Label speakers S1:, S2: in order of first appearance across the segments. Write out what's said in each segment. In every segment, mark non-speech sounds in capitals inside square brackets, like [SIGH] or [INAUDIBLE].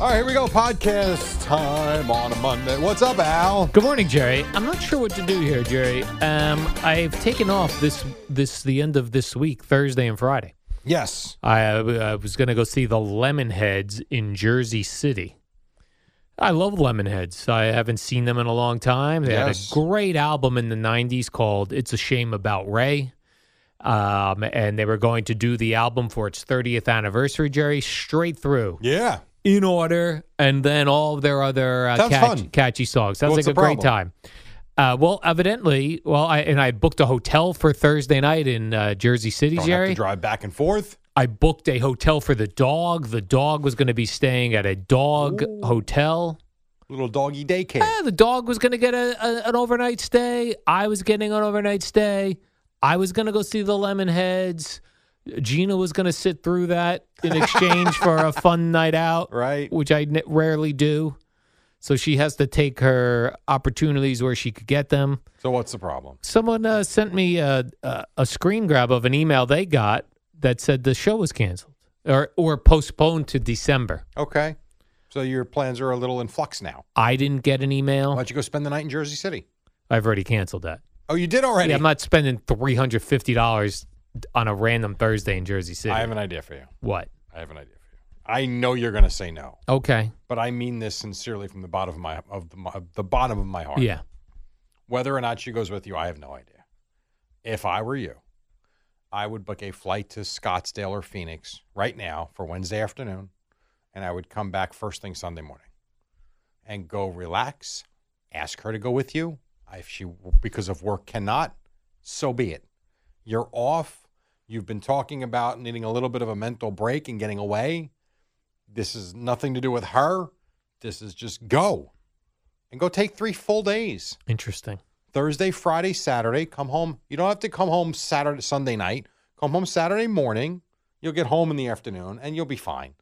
S1: All right, here we go. Podcast time on a Monday. What's up, Al?
S2: Good morning, Jerry. I'm not sure what to do here, Jerry. Um, I've taken off this this the end of this week, Thursday and Friday.
S1: Yes.
S2: I, uh, I was going to go see the Lemonheads in Jersey City. I love Lemonheads. I haven't seen them in a long time. They
S1: Yes.
S2: had a great album in the 90s called It's a Shame About Ray. Um, and they were going to do the album for its 30th anniversary, Jerry, straight through.
S1: Yeah.
S2: in order, and then all of their other uh,
S1: Sounds
S2: catch-
S1: fun.
S2: catchy songs. Sounds
S1: What's
S2: like a
S1: the
S2: great
S1: problem?
S2: time. Uh, well, evidently, well, I and I booked a hotel for Thursday night in uh, Jersey City,
S1: Don't have
S2: Jerry.
S1: to drive back and forth.
S2: I booked a hotel for the dog. The dog was going to be staying at a dog hotel.
S1: Little doggy daycare.
S2: Eh, the dog was going to get a, a, an overnight stay. I was getting an overnight stay. I was going to go see the Lemonheads. Gina was going to sit through that in exchange for a fun night out,
S1: Right.
S2: Which I n- rarely do. So she has to take her opportunities where she could get them.
S1: So what's the problem?
S2: Someone uh, sent me a, a, a screen grab of an email they got that said the show was canceled or, or postponed to December.
S1: Okay. So your plans are a little in flux now.
S2: I didn't get an email.
S1: Why don't you go spend the night in Jersey City?
S2: I've already canceled that.
S1: Oh, you did already.
S2: Yeah, I'm not spending three hundred fifty dollars on a random Thursday in Jersey City.
S1: I have an idea for you.
S2: what?
S1: I have an idea for you. I know you're going to say no,
S2: Okay.
S1: but I mean this sincerely from the bottom of my of the, of the bottom of my heart.
S2: Yeah.
S1: Whether or not she goes with you, I have no idea. If I were you, I would book a flight to Scottsdale or Phoenix right now for Wednesday afternoon, and I would come back first thing Sunday morning and go relax. Ask her to go with you. If she, because of work, cannot, so be it. You're off. You've been talking about needing a little bit of a mental break and getting away. This is nothing to do with her. This is just go and go take three full days.
S2: Interesting.
S1: Thursday, Friday, Saturday. Come home. You don't have to come home Saturday, Sunday night. Come home Saturday morning. You'll get home in the afternoon and you'll be fine.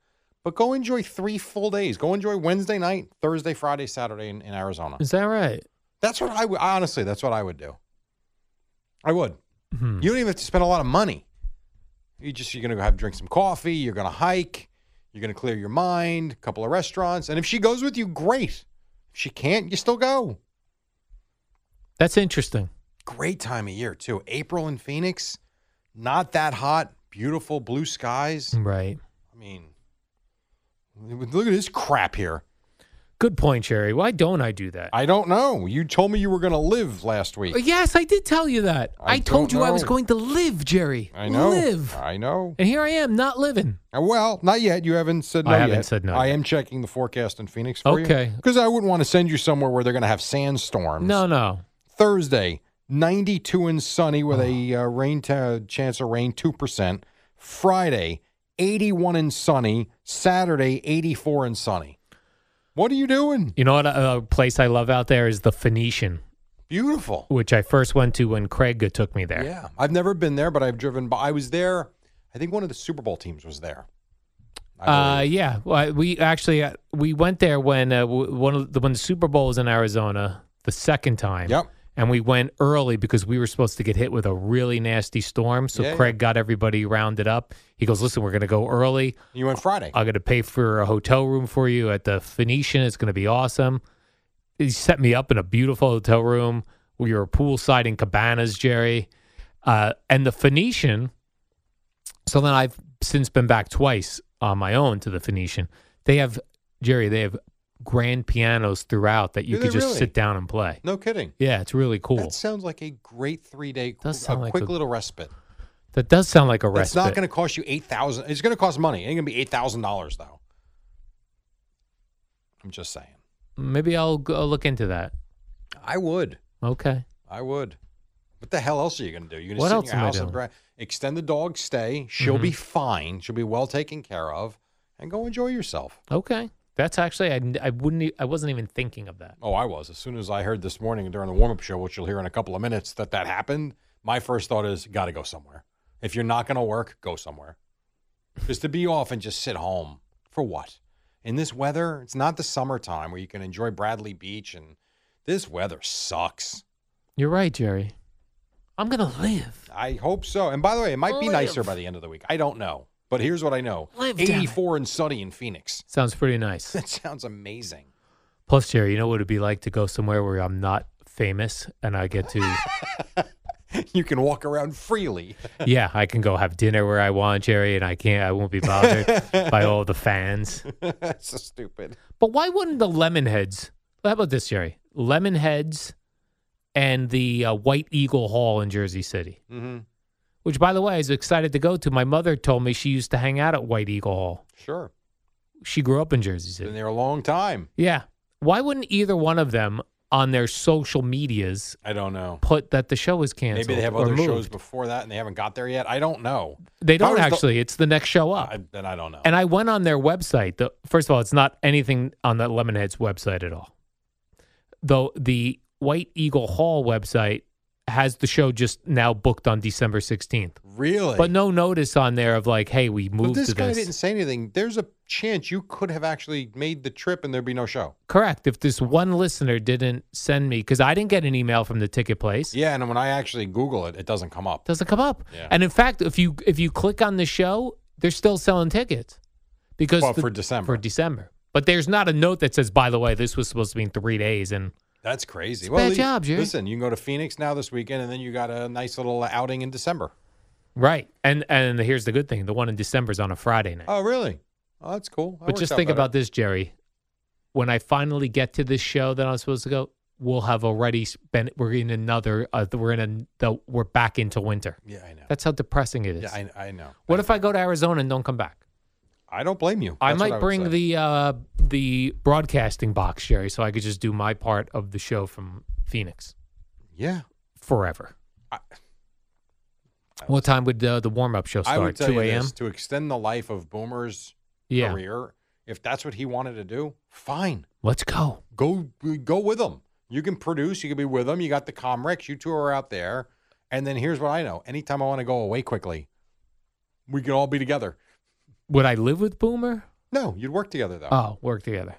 S1: But go enjoy three full days. Go enjoy Wednesday night, Thursday, Friday, Saturday in, in Arizona.
S2: Is that right?
S1: That's what I would, honestly, that's what I would do. I would.
S2: Hmm.
S1: You don't even have to spend a lot of money. You just, you're going to go have drink some coffee. You're going to hike. You're going to clear your mind, a couple of restaurants. And if she goes with you, great. If she can't, you still go.
S2: That's interesting.
S1: great time of year too. April in Phoenix, not that hot, beautiful blue skies.
S2: Right.
S1: I mean, look at this crap here.
S2: Good point, Jerry. Why don't I do that? Uh,
S1: I don't know. You told me you were going to live last week.
S2: yes, I did tell you that.
S1: I
S2: I, told
S1: don't
S2: you I was
S1: know.
S2: going to live, Jerry.
S1: I know.
S2: Live.
S1: I know.
S2: and here I am, not living.
S1: Uh, Well, not yet. You haven't said no
S2: I haven't
S1: yet.
S2: said no
S1: I
S2: yet.
S1: am checking the forecast in Phoenix for you.
S2: Okay.
S1: Because I wouldn't want to send you somewhere where they're going to have sandstorms.
S2: No, no.
S1: Thursday, 92 and sunny with a uh, rain t- chance of rain 2%. Friday, 81 and sunny. Saturday, 84 and sunny. What are you doing?
S2: You know what? uh, A a place I love out there is the Phoenician,
S1: Beautiful.
S2: which I first went to when Craig took me there.
S1: Yeah. I've never been there, but I've driven by. I was there. I think one of the Super Bowl teams was there. I
S2: Uh,
S1: believe.
S2: yeah. Well, I- we actually uh, we went there when uh, w- one of the, when the Super Bowl was in Arizona the second time.
S1: Yep.
S2: And we went early because we were supposed to get hit with a really nasty storm. So
S1: Yeah, yeah.
S2: Craig got everybody rounded up. He goes, "Listen, we're going to go early.
S1: You went Friday.
S2: I'm going to pay for a hotel room for you at the Phoenician. It's going to be awesome." He set me up in a beautiful hotel room. We were poolside in cabanas, Jerry, uh, and the Phoenician. So then I've since been back twice on my own to the Phoenician. They have Jerry. They have grand pianos throughout that you
S1: Do
S2: could
S1: they
S2: just
S1: really?
S2: sit down and play.
S1: no kidding.
S2: Yeah, it's really cool.
S1: That sounds like a great three day,
S2: Does sound
S1: a
S2: like
S1: quick
S2: a-
S1: little respite.
S2: That does sound like a respite.
S1: It's not going to cost you eight thousand. It's going to cost money. It ain't going to be eight thousand dollars though. I'm just saying.
S2: Maybe I'll go look into that.
S1: I would.
S2: Okay.
S1: I would. What the hell else are you going to do? You're going to
S2: What else
S1: sit in your
S2: am I
S1: house and
S2: doing? Mm-hmm.
S1: bra- extend the dog's stay. She'll be fine. She'll be well taken care of, and go enjoy yourself.
S2: Okay. That's actually I, I wouldn't e- I wasn't even thinking of that.
S1: Oh, I was. As soon as I heard this morning during the warm-up show, which you'll hear in a couple of minutes, that that happened, my first thought is, got to go somewhere. If you're not going to work, go somewhere. Just to be off and just sit home for what? In this weather, it's not the summertime where you can enjoy Bradley Beach, and this weather sucks.
S2: You're right, Jerry. I'm gonna live.
S1: I hope so. And by the way, it might be
S2: Live.
S1: nicer by the end of the week. I don't know, but here's what I know:
S2: Live, damn it.
S1: 84 and sunny in Phoenix. [LAUGHS]
S2: Sounds pretty [LAUGHS] nice.
S1: That sounds amazing.
S2: Plus, Jerry, you know what it'd be like to go somewhere where I'm not famous and I get to
S1: You can walk around freely. [LAUGHS]
S2: yeah, I can go have dinner where I want, Jerry, and I can't I won't be bothered [LAUGHS] by all the fans.
S1: That's so stupid.
S2: But why wouldn't the Lemonheads? How about this, Jerry? Lemonheads and the uh, White Eagle Hall in Jersey City,
S1: Mm-hmm.
S2: which, by the way, I was excited to go to. My mother told me she used to hang out at White Eagle Hall.
S1: Sure.
S2: She grew up in Jersey
S1: Been
S2: City.
S1: there a long time.
S2: Yeah. Why wouldn't either one of them on their social medias
S1: I don't know.
S2: put that the show is canceled?
S1: Maybe they have
S2: or
S1: other shows
S2: moved?
S1: before that and they haven't got there yet. I don't know.
S2: They
S1: If I
S2: don't
S1: was the-
S2: actually. It's the next show up.
S1: I, then I don't know.
S2: And I went on their website. The, first of all, it's not anything on that Lemonheads website at all. Though the White Eagle Hall website has the show just now booked on December 16th.
S1: really?
S2: But no notice on there of like, hey, we
S1: But
S2: moved
S1: this
S2: to
S1: guy
S2: this.
S1: didn't say anything. There's a chance you could have actually made the trip and there'd be no show.
S2: Correct. If this one listener didn't send me, because I didn't get an email from the ticket place,
S1: Yeah, and when I actually Google it, it doesn't come up.
S2: doesn't come up.
S1: Yeah.
S2: And in fact, if you if you click on the show, they're still selling tickets because
S1: Well,
S2: the-
S1: for December.
S2: for December. But there's not a note that says, by the way, this was supposed to be in three days, and
S1: That's crazy.
S2: It's a bad
S1: li-
S2: job, Jerry.
S1: Listen, you can go to Phoenix now this weekend, and then you got a nice little uh, outing in December.
S2: Right. And and here's the good thing. The one in December is on a Friday night.
S1: Oh, really? Oh, that's cool. That
S2: but
S1: works
S2: just
S1: out
S2: think
S1: better.
S2: about this, Jerry. When I finally get to this show that I'm supposed to go, we'll have already spent we're in another uh, we're in a the, we're back into winter.
S1: Yeah, I know.
S2: [LAUGHS] That's how depressing it is.
S1: yeah, I, I know.
S2: what if I go to Arizona and don't come back?
S1: I don't blame you.
S2: I
S1: That's what
S2: might
S1: would say.
S2: bring the uh the broadcasting box, Jerry, so I could just do my part of the show from Phoenix
S1: Yeah.
S2: forever. what time would uh, the warm up show
S1: I
S2: start?
S1: would tell
S2: Two
S1: you
S2: a.m.
S1: this, to extend the life of Boomer's
S2: Yeah,
S1: career, if that's what he wanted to do, fine.
S2: let's go.
S1: Go go with him. You can produce. You can be with him. You got the Comrex. You two are out there. And then here's what I know. Anytime I want to go away quickly, we can all be together.
S2: Would I live with Boomer?
S1: No, you'd work together though.
S2: Oh, work together.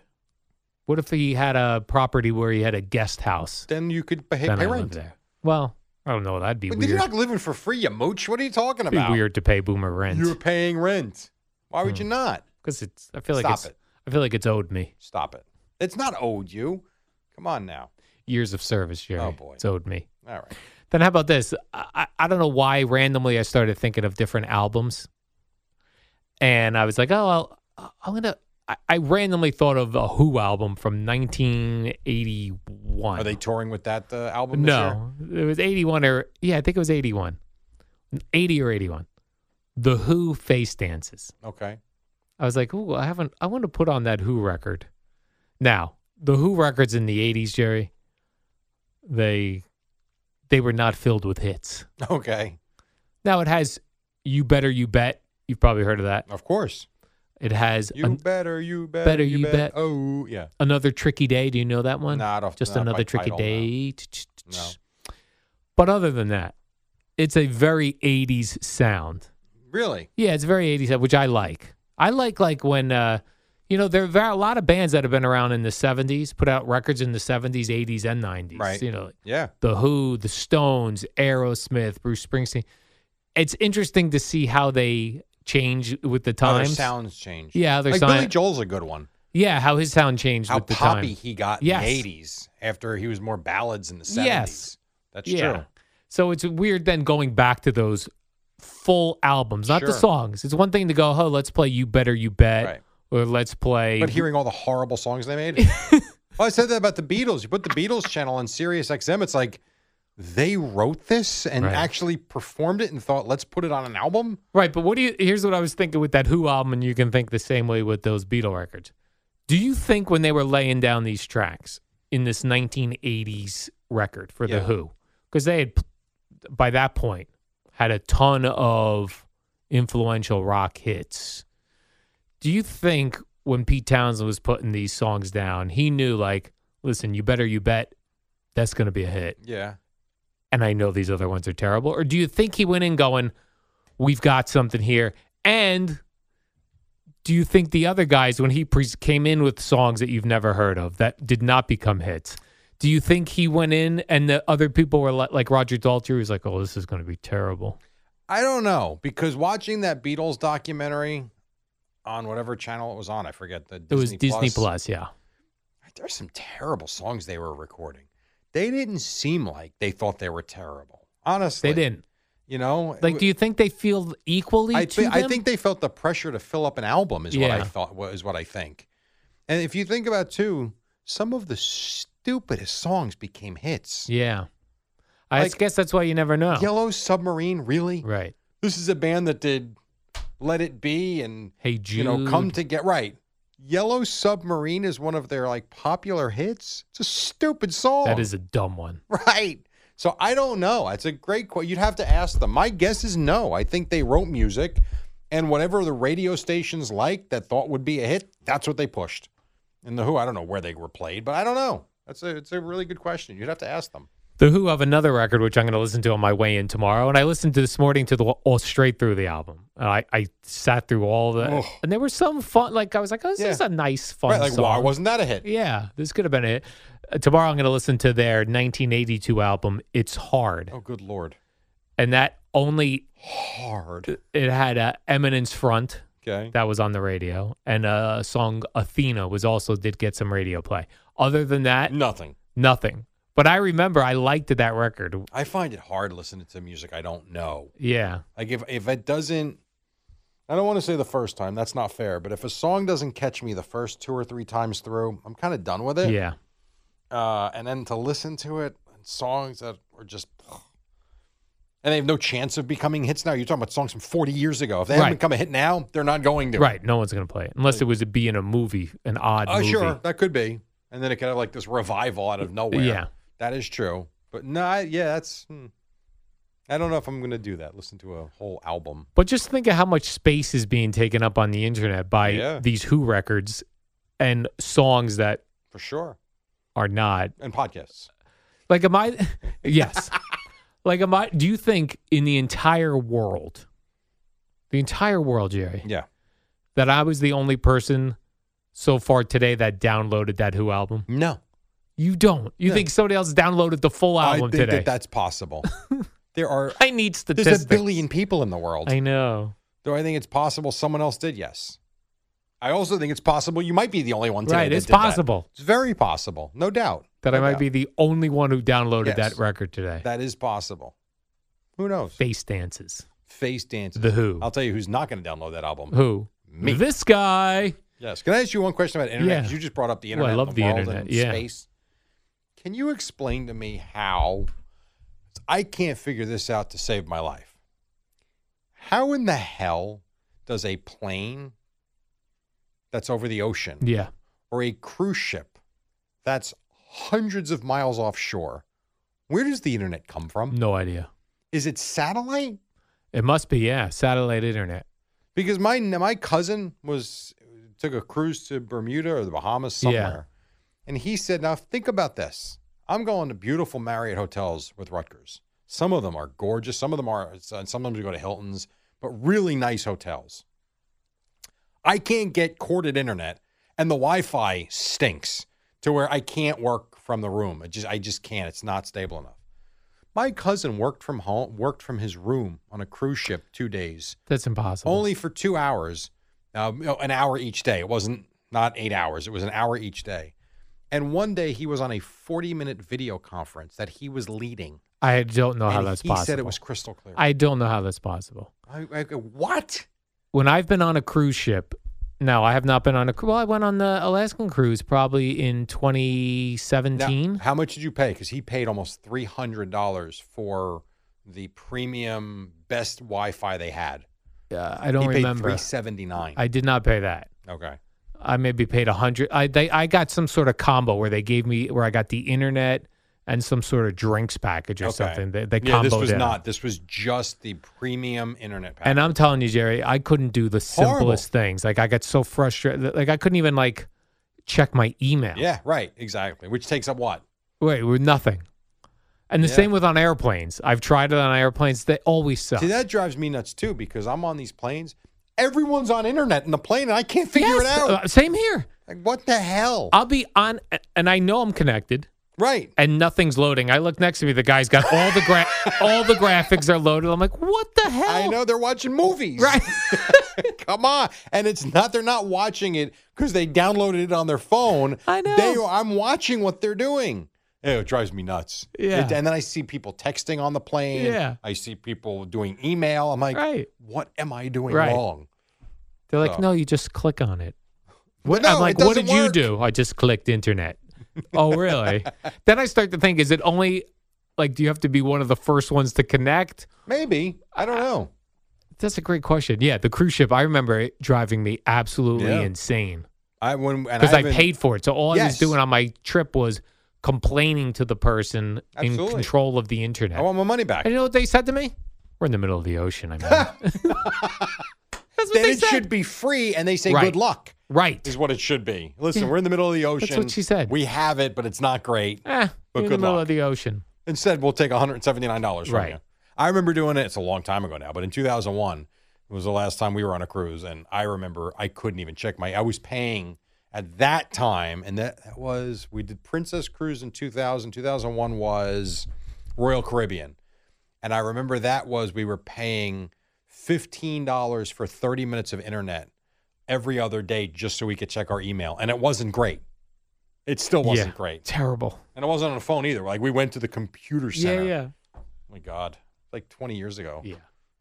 S2: What if he had a property where he had a guest house?
S1: then you could pay,
S2: then
S1: pay
S2: I live
S1: rent.
S2: there. Well, I don't know. That'd be
S1: But
S2: weird.
S1: You're not living for free, you mooch. What are you talking
S2: It'd
S1: about?
S2: be weird Hmm. to pay Boomer
S1: You're
S2: rent
S1: paying rent. Why would you not?
S2: because it's. I feel like
S1: Stop
S2: it's.
S1: it.
S2: I feel like it's owed me
S1: Stop it. It's not owed you. Come on now.
S2: years of service, Jerry.
S1: Oh, boy.
S2: it's owed me.
S1: All right.
S2: Then how about this? I, I- I don't know why randomly I started thinking of different albums, and I was like, oh, I'll, I'm gonna. I, I randomly thought of a Who album from 1981.
S1: Are they touring with that uh, album? this year?
S2: No, it was 81 or yeah, I think it was 81. 80 or 81. The Who face dances.
S1: Okay. [LAUGHS]
S2: I was like, "Ooh, I haven't I want to put on that Who record." Now, the Who records in the 80s, Jerry, they they were not filled with hits.
S1: Okay.
S2: Now it has You Better You Bet. You've probably heard of that.
S1: Of course.
S2: It has
S1: You
S2: an-
S1: better. You better.
S2: Better You Bet.
S1: Oh yeah.
S2: Another Tricky Day. Do you know that one?
S1: No, I don't-
S2: Just
S1: not by
S2: another Tricky
S1: title, no.
S2: Day.
S1: No.
S2: But other than that, it's a very 80s sound.
S1: Really?
S2: Yeah, it's very 80s, which I like. I like like when uh you know there are a lot of bands that have been around in the 70s, put out records in the 70s, 80s and 90s.
S1: Right.
S2: You know, like
S1: Yeah.
S2: The Who, The Stones, Aerosmith, Bruce Springsteen. It's interesting to see how they change with the
S1: How their
S2: times.
S1: sounds changed.
S2: Yeah, their
S1: like
S2: sound-
S1: Billy Joel's a good one.
S2: yeah, how his sound changed
S1: How
S2: with the
S1: poppy
S2: time.
S1: he got
S2: Yes.
S1: in the '80s after he was more ballads in the '70s.
S2: Yes.
S1: That's
S2: yeah.
S1: true.
S2: So it's weird then going back to those full albums, not the
S1: Sure.
S2: songs. It's one thing to go, "Oh, let's play You Better You Bet."
S1: Right.
S2: Or let's play
S1: But hearing all the
S2: [LAUGHS]
S1: horrible songs they made. well, I said that about the Beatles. You put the Beatles channel on Sirius XM. It's like, they wrote this and
S2: Right.
S1: actually performed it and thought, let's put it on an album?
S2: Right, but what do you? Here's what I was thinking with that Who album, and you can think the same way with those Beatle records. Do you think when they were laying down these tracks in this 1980s record for the
S1: Yeah.
S2: Who, because they had by that point had a ton of influential rock hits. Do you think when Pete Townsend was putting these songs down, he knew like, listen, you better you bet that's going to be a hit
S1: Yeah.
S2: and I know these other ones are terrible? Or do you think he went in going, we've got something here? And do you think the other guys, when he pre- came in with songs that you've never heard of that did not become hits, do you think he went in and the other people were like, like Roger Daltrey was like, oh, this is going to be terrible?
S1: I don't know because watching that Beatles documentary on whatever channel it was on, I forget the
S2: It
S1: Disney
S2: was Disney Plus, yeah.
S1: There's some terrible songs they were recording. They didn't seem like they thought they were terrible. Honestly,
S2: They didn't.
S1: You know,
S2: Like, do you think they feel equally?
S1: I,
S2: to
S1: thi- I
S2: them?
S1: think they felt the pressure to fill up an album is what
S2: Yeah.
S1: I thought wa- is what I think. And if you think about too, some of the stupidest songs became hits.
S2: Yeah. I
S1: Like-
S2: guess that's why you never know.
S1: Yellow Submarine, really?
S2: Right.
S1: This is a band that did Let It Be and
S2: Hey, Jude.
S1: you know come to get right. Yellow Submarine is one of their like popular hits. It's a stupid song.
S2: That is a dumb one.
S1: [LAUGHS] Right. So I don't know. That's a great question. You'd have to ask them. My guess is no. I think they wrote music, and whatever the radio stations liked that thought would be a hit, that's what they pushed. And the Who, I don't know where they were played, but I don't know. That's a it's a really good question. You'd have to ask them.
S2: The Who have another record which I'm going to listen to on my way in tomorrow, and I listened to this morning to the all straight through the album. And I, I sat through all the,
S1: Ugh.
S2: and there were some fun. Like I was like, oh, this
S1: Yeah.
S2: is a nice fun
S1: right? Like,
S2: song.
S1: why wasn't that a hit?
S2: yeah, this could have been it. Uh, tomorrow I'm going to listen to their 1982 album. It's hard,
S1: Oh, good lord,
S2: and that only
S1: hard.
S2: it had uh, Eminence Front
S1: Okay.
S2: that was on the radio, and a song Athena was also did get some radio play. Other than that,
S1: Nothing.
S2: nothing. But I remember I liked that record.
S1: I find it hard listening to music I don't know.
S2: Yeah,
S1: Like if if it doesn't I don't want to say the first time, that's not fair, but if a song doesn't catch me the first two or three times through, I'm kind of done with it.
S2: yeah.
S1: Uh, and then to listen to it and songs that are just and they have no chance of becoming hits now. You're talking about songs from 40 years ago. If they
S2: Right.
S1: haven't become a hit now, they're not going to.
S2: Right, no one's going to play it unless it was to be in a movie, an odd
S1: Oh,
S2: movie.
S1: sure, that could be. And then it could have like this revival out of nowhere.
S2: Yeah.
S1: That is true. But no, I, yeah, that's hmm. I don't know if I'm going to do that. Listen to a whole album.
S2: But just think of how much space is being taken up on the internet by
S1: Yeah.
S2: these Who records and songs that
S1: For sure.
S2: are not.
S1: And podcasts.
S2: Like, am I? [LAUGHS] yes. Like, am I? Do you think in the entire world, the entire world, Jerry,
S1: Yeah.
S2: that I was the only person so far today that downloaded that Who album?
S1: No.
S2: You don't. You
S1: No.
S2: think somebody else downloaded the full
S1: I
S2: album
S1: think
S2: today?
S1: that
S2: [LAUGHS]
S1: that's possible. there are
S2: I need statistics.
S1: there's a billion people in the world.
S2: I know.
S1: Do I think it's possible someone else did? Yes. I also think it's possible you might be the only one today.
S2: Right,
S1: that
S2: it's
S1: did that.
S2: possible.
S1: It's very possible, no doubt.
S2: that
S1: no
S2: I might
S1: doubt.
S2: be the only one who downloaded
S1: Yes.
S2: that record today.
S1: That is possible. Who knows?
S2: Face dances.
S1: Face dances.
S2: The Who.
S1: I'll tell you who's not going to download that album.
S2: Who?
S1: Me.
S2: This guy.
S1: Yes. Can I ask you one question about internet?
S2: Yeah.
S1: 'Cause you just brought up the
S2: Well, I
S1: internet. and
S2: love the
S1: world
S2: internet,
S1: and
S2: yeah.
S1: Space. Can you explain to me how I can't figure this out to save my life? How in the hell does a plane that's over the ocean
S2: Yeah.
S1: or a cruise ship that's hundreds of miles offshore, where does the internet come from?
S2: No idea.
S1: Is it satellite?
S2: It must be, yeah, satellite internet.
S1: Because my my cousin was took a cruise to Bermuda or the Bahamas
S2: Yeah.
S1: somewhere, and he said, "Now think about this. I'm going to beautiful Marriott hotels with Rutgers. Some of them are gorgeous. Some of them are. And sometimes we go to Hilton's, but really nice hotels. I can't get corded internet, and the Wi-Fi stinks to where I can't work from the room. It just I just can't. It's not stable enough." My cousin worked from home, worked from his room on a cruise ship two days
S2: That's impossible.
S1: only for two hours, um, you know, an hour each day. It wasn't not eight hours. It was an hour each day. And one day he was on a 40 minute video conference that he was leading.
S2: I don't know Oh, how
S1: and
S2: that's
S1: he
S2: possible.
S1: said it was crystal clear.
S2: I don't know how that's possible.
S1: I- I go, what?
S2: When I've been on a cruise ship, No, I have not been on a cruise. Well, I went on the Alaskan cruise probably in
S1: Now,
S2: 2017.
S1: how much did you pay? Because he paid almost three hundred dollars for the premium best Wi-Fi they had.
S2: Uh, I don't
S1: he paid
S2: remember.
S1: three seventy nine.
S2: I did not pay that.
S1: Okay.
S2: I maybe paid a hundred. I they, I got some sort of combo where they gave me where I got the internet and some sort of drinks package or
S1: okay.
S2: something. They, they
S1: yeah, this
S2: comboed
S1: was
S2: it.
S1: not. This was just the premium internet package.
S2: And I'm telling you, Jerry, I couldn't do the
S1: Horrible.
S2: simplest things. Like I got so frustrated. Like I couldn't even like check my email.
S1: yeah, right, exactly. Which takes up what?
S2: Wait, with nothing. And the
S1: Yeah.
S2: same with on airplanes. I've tried it on airplanes. They always suck.
S1: See, that drives me nuts too because I'm on these planes. Everyone's on internet in the plane, and I can't figure it
S2: Yes,
S1: out.
S2: uh, same here.
S1: like, what the hell?
S2: I'll be on, and I know I'm connected,
S1: right.
S2: and nothing's loading. I look next to me. The guy's got all the
S1: [LAUGHS]
S2: gra- all the graphics are loaded. I'm like, what the hell?
S1: I know they're watching movies.
S2: Right.
S1: [LAUGHS] Come on. And it's not they're not watching it because they downloaded it on their phone.
S2: I know.
S1: They I'm watching what they're doing. Ew, It drives me nuts.
S2: Yeah.
S1: It- and then I see people texting on the plane.
S2: Yeah.
S1: I see people doing email. I'm like,
S2: Right.
S1: what am I doing
S2: Right.
S1: wrong?
S2: They're like,
S1: Oh.
S2: no, you just click on it.
S1: What,
S2: I'm like, what did you do? I just clicked internet. oh,
S1: [LAUGHS]
S2: really? then I start to think, is it only like, do you have to be one of the first ones to connect?
S1: Maybe. I don't know.
S2: That's a great question. Yeah, the cruise ship. I remember it driving me absolutely
S1: Yeah.
S2: insane
S1: I when and
S2: because I,
S1: haven't-
S2: paid for it. So all I was
S1: Yes.
S2: doing on my trip was complaining to the person in
S1: Absolutely.
S2: control of the internet.
S1: I want my money back.
S2: and you know what they said to me? We're in the middle of the ocean. I mean,
S1: [LAUGHS]
S2: that's what
S1: Then
S2: they
S1: it
S2: said.
S1: should be free and they say
S2: Right.
S1: good luck.
S2: right.
S1: Is what it should be. Listen, we're in the middle of the ocean.
S2: what she said.
S1: We have it, but it's not great.
S2: Eh, you're in the
S1: But good
S2: middle
S1: luck.
S2: of the ocean.
S1: Instead, we'll take $179 from
S2: Right.
S1: you. I remember doing it. It's a long time ago now, but in 2001 it was the last time we were on a cruise. And I remember I couldn't even check my, I was paying at that time. And that, that was, we did Princess Cruise in 2000. 2001 was Royal Caribbean. And I remember that was, we were paying $15 for 30 minutes of internet every other day just so we could check our email. And it wasn't great. It still wasn't
S2: yeah,
S1: great.
S2: Terrible.
S1: And it wasn't on the phone either. Like we went to the computer center.
S2: Yeah, yeah,
S1: Oh my God. Like 20 years ago.
S2: yeah.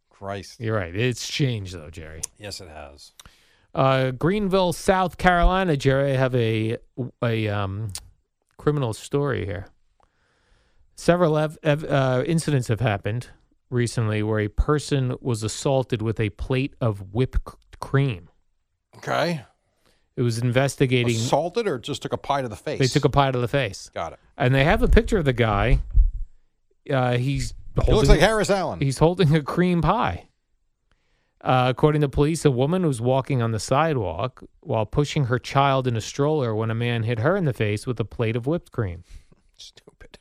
S1: Christ.
S2: You're right. It's changed though, Jerry.
S1: Yes, it has.
S2: Uh, Greenville, South Carolina, Jerry, I have a a um, criminal story here. Several ev- ev- uh, incidents have happened recently where a person was assaulted with a plate of whipped c- cream.
S1: Okay.
S2: It was investigating.
S1: Assaulted or just took a pie to the face?
S2: They took a pie to the face,
S1: Got it.
S2: and they have a picture of the guy. Uh, he's
S1: He looks
S2: holding-
S1: like Harris Allen.
S2: He's holding a cream pie. Uh, according to police, a woman was walking on the sidewalk while pushing her child in a stroller when a man hit her in the face with a plate of whipped cream.
S1: Stupid.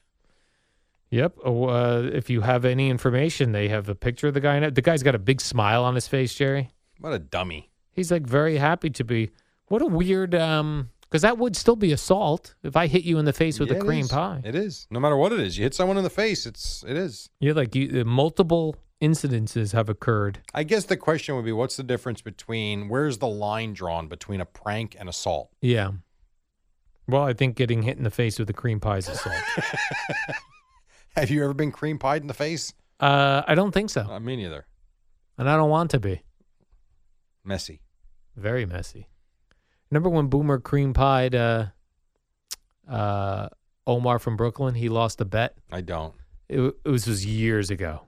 S2: Yep. Oh, Uh, if you have any information, they have a picture of the guy. in it. The guy's got a big smile on his face, Jerry.
S1: What a dummy.
S2: He's like very happy to be. What a weird. Um, because that would still be assault if I hit you in the face with
S1: Yeah,
S2: a
S1: it
S2: cream
S1: is.
S2: pie.
S1: It is. No matter what it is. You hit someone in the face, it's it is.
S2: Yeah, like you, uh, multiple incidences have occurred.
S1: I guess the question would be what's the difference between where's the line drawn between a prank and assault?
S2: Yeah. Well, I think getting hit in the face with a cream pie is assault.
S1: Have you ever been cream pied in the face?
S2: [LAUGHS] Uh, I don't think so,
S1: Uh, me neither.
S2: and I don't want to be.
S1: Messy.
S2: Very messy. Remember when Boomer cream pied uh, uh, Omar from Brooklyn? He lost a bet.
S1: I don't.
S2: It, w- it was just years ago.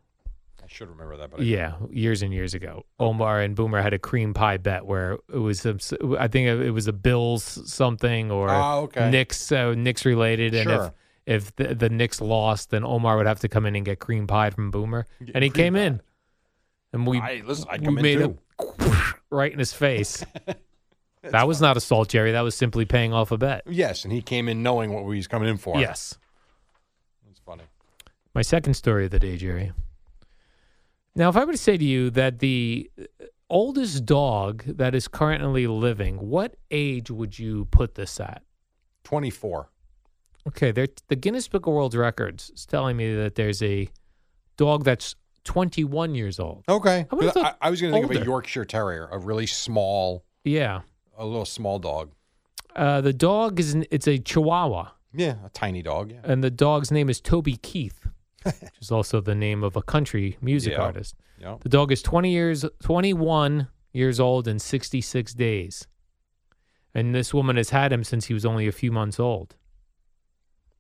S1: I should remember that, but I
S2: Yeah, years and years ago. Omar and Boomer had a cream pie bet where it was, some s- I think it was a Bills something or
S1: Oh, okay.
S2: Knicks, uh, Knicks related. And
S1: Sure.
S2: if, if the, the Knicks lost, then Omar would have to come in and get cream pie from Boomer.
S1: Get
S2: And he
S1: cream
S2: came in. And we,
S1: I, listen, I
S2: we
S1: come
S2: made
S1: in
S2: him
S1: too.
S2: right
S1: [LAUGHS]
S2: in his face. that was not assault, Jerry. That was simply paying off a bet.
S1: Yes, and he came in knowing what we was coming in for.
S2: Yes.
S1: That's funny.
S2: My second story of the day, Jerry. Now, if I were to say to you that the oldest dog that is currently living, what age would you put this at?
S1: 24.
S2: Okay, there, the Guinness Book of World Records is telling me that there's a dog that's 21 years old.
S1: Okay.
S2: I would've
S1: 'Cause I,
S2: thought
S1: I was going to think of a
S2: older.
S1: Yorkshire Terrier, a really small,
S2: Yeah.
S1: a little small dog.
S2: Uh, the dog is, an, it's a Chihuahua,
S1: Yeah, a tiny dog. Yeah.
S2: and the dog's name is Toby Keith, which is also the name of a country music
S1: Yeah.
S2: artist.
S1: Yeah.
S2: The dog is 20 years, 21 years old and 66 days. And this woman has had him since he was only a few months old.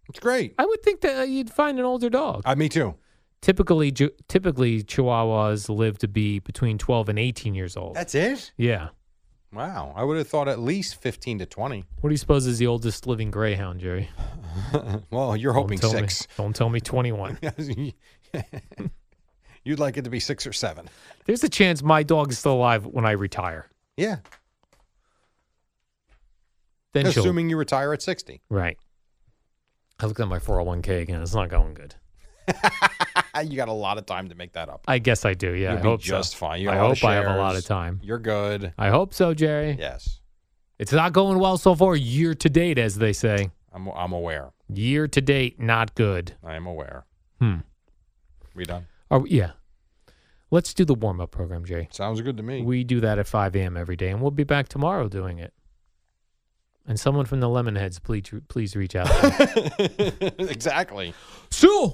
S1: It's great.
S2: I would think that uh, you'd find an older dog.
S1: Uh, me too.
S2: typically, ju- typically Chihuahuas live to be between 12 and 18 years old.
S1: That's it.
S2: yeah.
S1: Wow. I would have thought at least 15 to [LAUGHS] 20.
S2: What do you suppose is the oldest living greyhound, Jerry?
S1: well, you're hoping
S2: don't tell
S1: six. [LAUGHS]
S2: Me, don't tell me 21.
S1: You'd like it to be six or seven.
S2: There's a chance my dog is still alive when I retire.
S1: Yeah.
S2: Then she'll-
S1: Assuming you retire at 60.
S2: right. I looked at my 401k again. It's not going good.
S1: You got a lot of time to make that up.
S2: I guess I do. Yeah,
S1: You'll
S2: I
S1: be
S2: hope
S1: just
S2: so.
S1: fine. You
S2: I
S1: got a lot of
S2: hope I have a lot
S1: shares.
S2: of time.
S1: You're good.
S2: I hope so, Jerry.
S1: Yes.
S2: It's not going well so far, year to date, as they say.
S1: I'm, I'm aware.
S2: Year to date, not good.
S1: I am aware.
S2: Hmm.
S1: We done?
S2: Are we, yeah. Let's do the warm up program, Jerry.
S1: Sounds good to me.
S2: We do that at 5 a.m. every day, and we'll be back tomorrow doing it. And someone from the Lemonheads, please, please reach out. to
S3: [LAUGHS]
S2: me.
S1: [LAUGHS] exactly.
S2: Sue!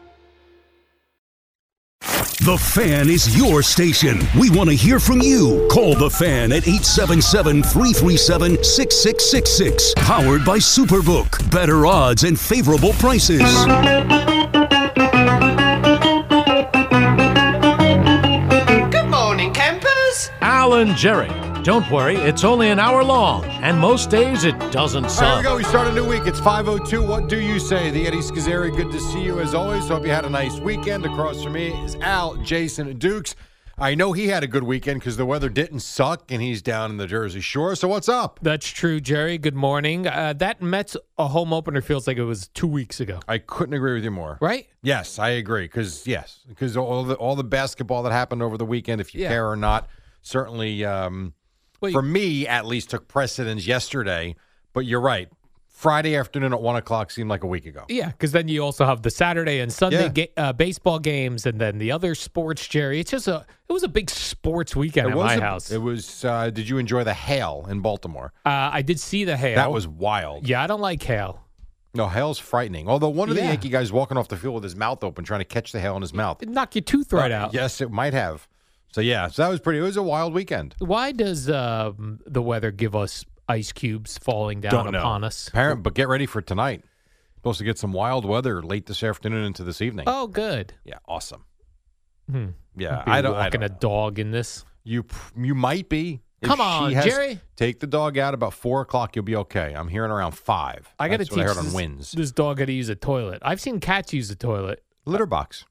S4: The Fan is your station. We want to hear from you. Call The Fan at 877 337 6666. Powered by Superbook. Better odds and favorable prices.
S3: Alan Jerry. Don't worry, it's only an hour long, and most days it doesn't
S1: All right, here we
S3: suck.
S1: go. We start a new week. It's 502. What do you say? The Eddie Schizzeri, good to see you as always. Hope you had a nice weekend. Across from me is Al Jason Dukes. I know he had a good weekend because the weather didn't suck and he's down in the Jersey Shore. So what's up?
S2: That's true, Jerry. Good morning. Uh, that Mets a home opener feels like it was two weeks ago,
S1: I couldn't agree with you more.
S2: right?
S1: Yes, I agree. Because yes, because all the all the basketball that happened over the weekend, if you
S2: Yeah.
S1: care or not, certainly um,
S2: Well,
S1: for me at least took precedence yesterday. But you're right. Friday afternoon at one o'clock seemed like a week ago.
S2: Yeah, because then you also have the Saturday and Sunday
S1: Yeah.
S2: ga- uh, baseball games, and then the other sports, Jerry. It's just a it was a big sports weekend at my
S1: a-
S2: house.
S1: It was. Uh, did you enjoy the hail in Baltimore?
S2: uh, I did see the hail.
S1: That was wild.
S2: yeah. I don't like hail.
S1: No, hail's frightening. Although one of the
S2: Yeah.
S1: Yankee guys walking off the field with his mouth open, trying to catch the hail in his mouth. Uh,
S2: It'd knock your tooth right out.
S1: Yes, it might have. So yeah, so that was pretty. It was a wild weekend.
S2: Why does um, the weather give us ice cubes falling down upon us?
S1: Apparent, but get ready for tonight. Supposed to get some wild weather late this afternoon into this evening.
S2: Oh, good.
S1: Yeah, awesome.
S2: Hmm.
S1: Yeah,
S2: Be
S1: I don't. I
S2: walking
S1: don't
S2: a dog in this.
S1: know. You pr- you might be. If
S2: Come
S1: she
S2: on,
S1: has-
S2: Jerry.
S1: Take the dog out about four o'clock. You'll be okay. I'm hearing around five.
S2: I got to
S1: That's
S2: teach
S1: what I heard
S2: this,
S1: on wins
S2: this dog how to use a toilet. I've seen cats use a toilet.
S1: litter box.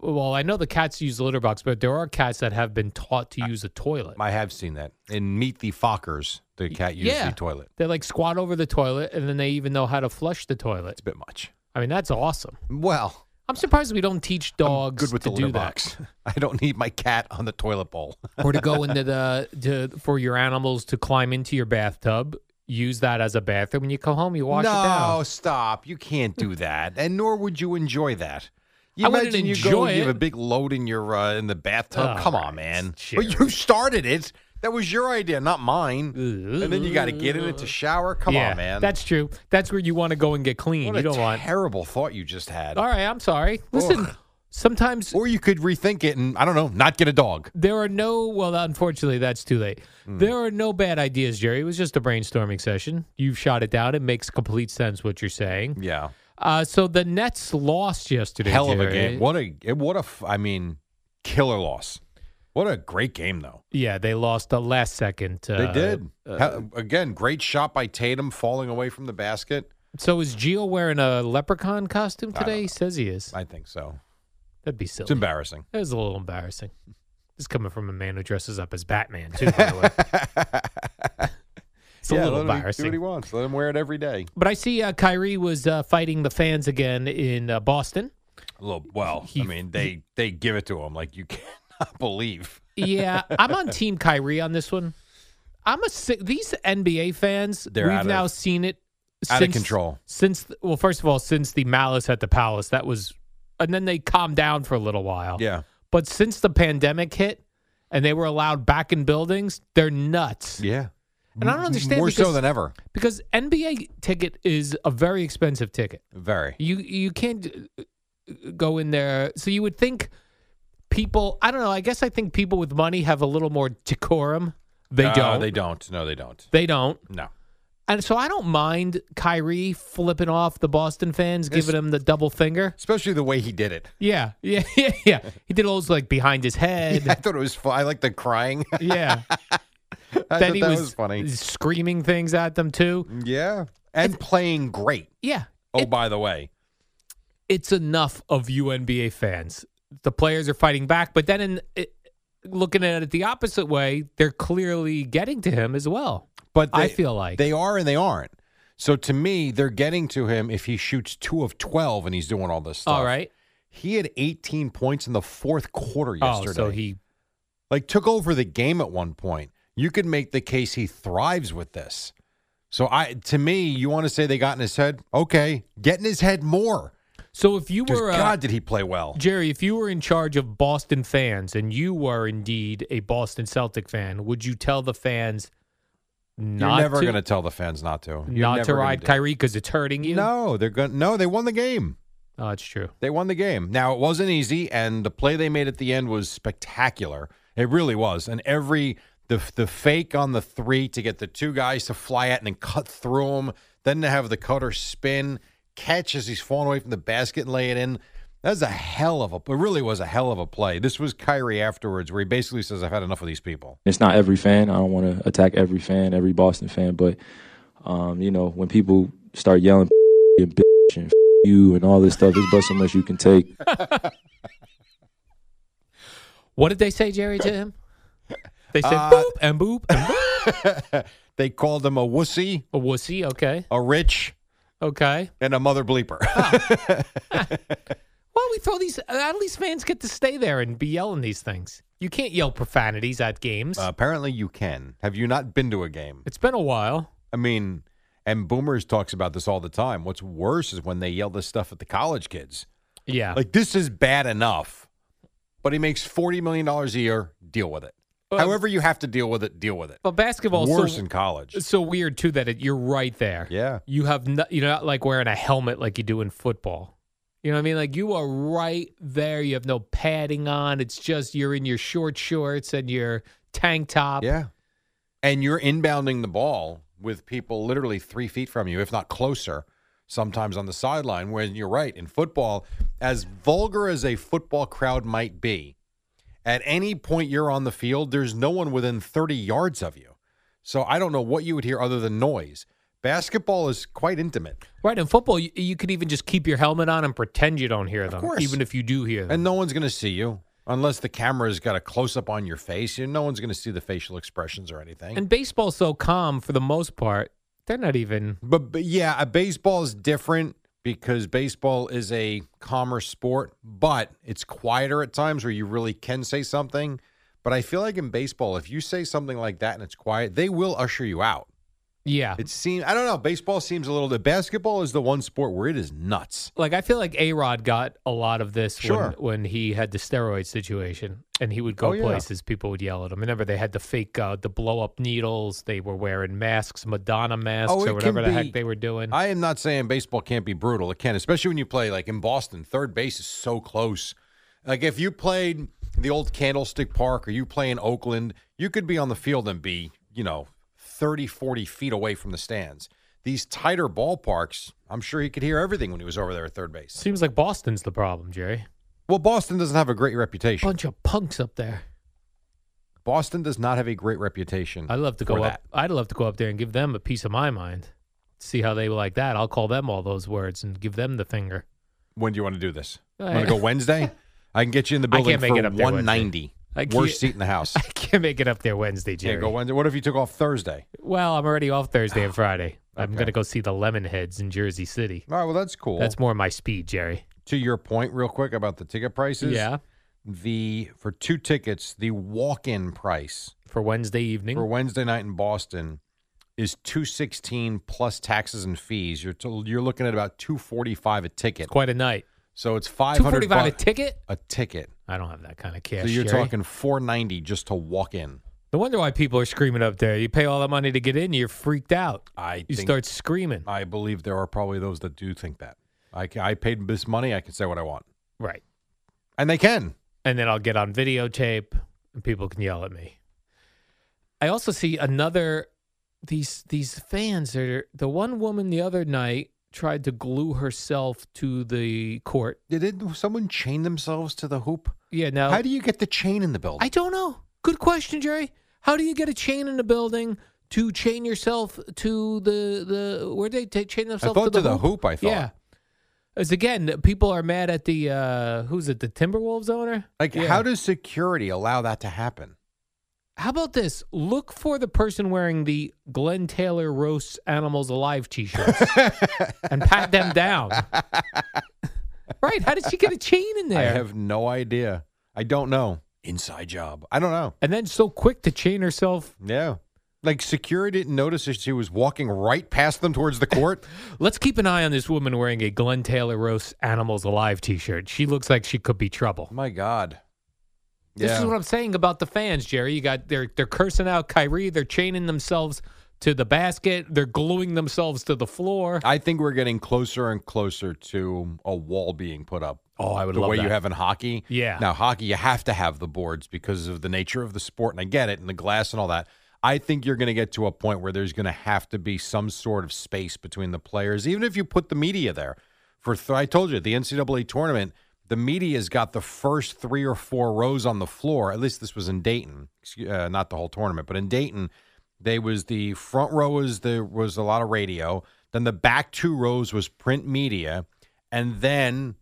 S2: Well, I know the cats use the litter box, but there are cats that have been taught to use a toilet.
S1: I have seen that in Meet the Fockers. The cat used
S2: yeah.
S1: the toilet.
S2: They like squat over the toilet, and then they even know how to flush the toilet.
S1: It's a bit much.
S2: I mean, that's awesome.
S1: Well,
S2: I'm surprised we don't teach
S1: I'm
S2: dogs
S1: good with
S2: to
S1: the
S2: do
S1: litter box. [LAUGHS] I don't need my cat on the toilet bowl.
S2: that, or to go into the to, for your animals to climb into your bathtub. Use that as a bathroom. When you come home, you wash it down.
S1: no, stop! You can't do that, and nor would you enjoy that. You
S2: I wouldn't
S1: imagine you go,
S2: enjoy
S1: and you have
S2: it. Ah,
S1: a big load in your uh, in the bathtub.
S2: All
S1: Come
S2: right,
S1: on, man!
S2: Jerry.
S1: But you started it. That was your idea, not mine. And then you got to get in it to shower. Come
S2: yeah,
S1: on, man!
S2: That's true. That's where you want to go and get clean.
S1: what
S2: you
S1: a
S2: don't want.
S1: terrible thought you just had.
S2: All right, I'm sorry. Listen, sometimes
S1: Or you could rethink it and I don't know, not get a dog.
S2: there are no. Well, unfortunately, that's too late.
S1: Hmm.
S2: There are no bad ideas, Jerry. It was just a brainstorming session. You've shot it down. It makes complete sense what you're saying.
S1: Yeah,
S2: Uh, so the Nets lost yesterday.
S1: hell of a
S2: Jerry.
S1: game. What a what a f- I mean, killer loss. What a great game though.
S2: Yeah, they lost the last second. Uh,
S1: They did. Ha- Again, great shot by Tatum falling away from the basket.
S2: So is Gio wearing a leprechaun costume today? He says he is.
S1: I think so.
S2: That'd be
S1: It's
S2: silly.
S1: embarrassing.
S2: That was a little embarrassing. This is coming from a man who dresses up as Batman too. By the way,
S1: [LAUGHS]
S2: it's a
S1: Yeah,
S2: little
S1: let him do what he
S2: embarrassing.
S1: wants. Let him wear it every day.
S2: But I see uh, Kyrie was uh, fighting the fans again in uh, Boston.
S1: A little, well,
S2: He-
S1: I mean, they they give [LAUGHS] it to him like you cannot believe.
S2: Yeah, I'm on Team Kyrie on this one. I'm a sick. These NBA fans,
S1: They're
S2: we've
S1: out of-
S2: now seen it
S1: out of
S2: since-
S1: control.
S2: Since th- well, first of all, since the malice at the palace, that was, and then they calmed down for a little while.
S1: Yeah.
S2: But since the pandemic hit, and they were allowed back in buildings, they're nuts.
S1: Yeah.
S2: And I don't understand
S1: More so
S2: because-
S1: than ever.
S2: Because NBA ticket is a very expensive ticket.
S1: Very.
S2: You you can't uh, go in there. So you would think people. I don't know. I guess I think people with money have a little more decorum. They
S1: Uh,
S2: don't.
S1: They don't. No, they don't.
S2: They don't.
S1: No.
S2: And so I don't mind Kyrie flipping off the Boston fans,
S1: This-
S2: giving him the double finger.
S1: Especially the way he did it.
S2: Yeah, [LAUGHS] yeah, yeah, yeah. He did all those like behind his
S1: [LAUGHS] I
S2: head.
S1: thought it was fun. I like the crying. [LAUGHS] I
S2: [LAUGHS] Yeah.
S1: thought
S2: then
S1: that
S2: he
S1: was,
S2: was,
S1: funny.
S2: screaming things at them too.
S1: Yeah. And playing great.
S2: Yeah.
S1: Oh,
S2: It-
S1: by the way.
S2: it's enough of you NBA fans. The players are fighting back, but then in it, looking at it the opposite way, they're clearly getting to him as well.
S1: But
S2: I
S1: they-
S2: feel like
S1: They are and they aren't. So to me, they're getting to him if he shoots two of 12 and he's doing all this stuff.
S2: all right.
S1: He had 18 points in the fourth quarter yesterday.
S2: Oh, so he
S1: like took over the game at one point. You could make the case he thrives with this. So I to me, you want to say they got in his head? Okay, get in his head more.
S2: so if you
S1: 'Cause
S2: were uh,
S1: God, did he play well?
S2: Jerry, if you were in charge of Boston fans and you were indeed a Boston Celtic fan, would you tell the fans not
S1: You're never
S2: to
S1: going to tell the fans not to. You're
S2: not to
S1: never gonna
S2: ride
S1: do-
S2: Kyrie because it's hurting you?
S1: No, they're going. to No, they won the game.
S2: oh, it's true.
S1: They won the game. Now it wasn't easy, and the play they made at the end was spectacular. It really was, and every the the fake on the three to get the two guys to fly at and then cut through them, then to have the cutter spin, catch as he's falling away from the basket and lay it in. That was a hell of a. It really was a hell of a play. This was Kyrie afterwards, where he basically says, "I've had enough of these people."
S5: it's not every fan. I don't want to attack every fan, every Boston fan, but um, you know, when people start yelling and bitch and you and all this stuff, there's but so much you can take.
S2: What did they say, Jerry, to
S1: [LAUGHS]
S2: him? They said
S1: Uh,
S2: boop and boop and boop.
S1: they called him a wussy,
S2: A wussy. Okay.
S1: a rich,
S2: Okay.
S1: and a mother bleeper. [LAUGHS]
S2: Well, we throw these. At least fans get to stay there and be yelling these things. You can't yell profanities at games.
S1: apparently, you can. Have you not been to a game?
S2: it's been a while.
S1: I mean, and Boomers talks about this all the time. What's worse is when they yell this stuff at the college kids.
S2: Yeah.
S1: Like this is bad enough, but he makes forty million dollars a year. Deal with it.
S2: Well,
S1: However, you have to deal with it. Deal with it.
S2: but basketball
S1: Worse
S2: so,
S1: in college.
S2: it's so weird too that it, you're right there.
S1: Yeah.
S2: You have no, you're not like wearing a helmet like you do in football. You know what I mean? Like you are right there. You have no padding on. It's just you're in your short shorts and your tank top.
S1: Yeah. And you're inbounding the ball with people literally three feet from you, if not closer, sometimes on the sideline. When you're right, in football, as vulgar as a football crowd might be, at any point you're on the field, there's no one within 30 yards of you. So I don't know what you would hear other than noise. Basketball is quite intimate,
S2: Right. In football, you, you could even just keep your helmet on and pretend you don't hear them,
S1: course.
S2: even if you do hear them.
S1: and no one's going to see you unless the camera's got a close up on your face. You no one's going to see the facial expressions or anything.
S2: And baseball's so calm for the most part. They're not even.
S1: But, but yeah, uh, baseball is different because baseball is a calmer sport, but it's quieter at times where you really can say something. But I feel like in baseball, if you say something like that and it's quiet, they will usher you out.
S2: Yeah.
S1: It seems I don't know. Baseball seems a little. The basketball is the one sport where it is nuts.
S2: like I feel like A Rod got a lot of this
S1: Sure.
S2: when, when he had the steroid situation and he would go
S1: Oh, yeah.
S2: places, people would yell at him. Remember they had the fake uh, the blow up needles, they were wearing masks, Madonna masks
S1: Oh, it
S2: or
S1: can
S2: whatever the
S1: be-
S2: heck they were doing.
S1: I am not saying baseball can't be brutal. It can, especially when you play like in Boston, third base is so close. Like if you played the old Candlestick Park or you play in Oakland, you could be on the field and be, you know, 30, 40 feet away from the stands. These tighter ballparks, I'm sure he could hear everything when he was over there at third base.
S2: Seems like Boston's the problem, Jerry.
S1: Well, Boston doesn't have a great reputation.
S2: Bunch of punks up there.
S1: Boston does not have a great reputation.
S2: I'd love to
S1: for
S2: go
S1: that.
S2: up. I'd love to go up there and give them a piece of my mind. See how they like that. I'll call them all those words and give them the finger. [LAUGHS]
S1: When do you want to do this?
S2: Uh,
S1: want to go Wednesday? I can get you in the
S2: [LAUGHS] I can't
S1: building
S2: make
S1: for
S2: it up there Wednesday.
S1: 190.
S2: I can't-
S1: Worst seat in
S2: [LAUGHS]
S1: the house.
S2: I can't make it up there Wednesday, Jerry.
S1: Can't go Wednesday. What if you took off Thursday?
S2: Well, I'm already off Thursday
S1: [SIGHS]
S2: and Friday. I'm
S1: Okay.
S2: going to go see the Lemonheads in Jersey City.
S1: All right, well that's cool.
S2: That's more my speed, Jerry.
S1: to your point, real quick about the ticket prices.
S2: Yeah.
S1: the for two tickets, the walk-in price
S2: for Wednesday evening.
S1: for Wednesday night in Boston is 216 plus taxes and fees. You're to, you're looking at about 245 a ticket.
S2: it's quite a night.
S1: So it's
S2: Two
S1: 500
S2: forty-five a
S1: buck-
S2: ticket.
S1: a ticket.
S2: I don't have that kind of cash.
S1: so you're
S2: Jerry.
S1: talking 490 just to walk in.
S2: No wonder why people are screaming up there. You pay all that money to get in, you're freaked out.
S1: I
S2: You
S1: think,
S2: start screaming.
S1: I believe there are probably those that do think that. I, ca- I paid this money. I can say what I want,
S2: Right.
S1: and they can.
S2: and then I'll get on videotape and people can yell at me. I also see another these these fans are the one woman the other night tried to glue herself to the court.
S1: Did it- someone chain themselves to the hoop?
S2: Yeah, now
S1: How do you get the chain in the building?
S2: I don't know. Good question, Jerry. How do you get a chain in the building to chain yourself to the the where they ta- chain themselves
S1: thought
S2: to
S1: to the
S2: hoop?
S1: hoop, I thought.
S2: yeah. As again, people are mad at the uh who's it? The Timberwolves owner.
S1: like,
S2: Yeah.
S1: how does security allow that to happen?
S2: How about this? Look for the person wearing the Glenn Taylor roasts animals alive
S1: [LAUGHS]
S2: T-shirts and pat them down. right? How did she get a chain in
S1: I
S2: there?
S1: have no idea. I don't know. Inside job. I don't know.
S2: and then so quick to chain herself.
S1: Yeah. Like security didn't notice that she was walking right past them towards
S2: [LAUGHS]
S1: the court.
S2: Let's keep an eye on this woman wearing a Glenn Taylor roasts animals alive T-shirt. She looks like she could be trouble.
S1: Oh My God.
S2: This is
S1: Yeah.
S2: what I'm saying about the fans, Jerry. You got they're they're cursing out Kyrie. They're chaining themselves to the basket. They're gluing themselves to the floor.
S1: I think we're getting closer and closer to a wall being put up.
S2: Oh, I would
S1: the
S2: love
S1: way you
S2: that.
S1: have in hockey.
S2: Yeah.
S1: Now hockey, you have to have the boards because of the nature of the sport, and I get it, and the glass and all that. I think you're going to get to a point where there's going to have to be some sort of space between the players, even if you put the media there. For th- I told you the NCAA tournament, the media's got the first three or four rows on the floor. At least this was in Dayton, Excu- uh, not the whole tournament, but in Dayton, they was the front row was there was a lot of radio. Then the back two rows was print media, and then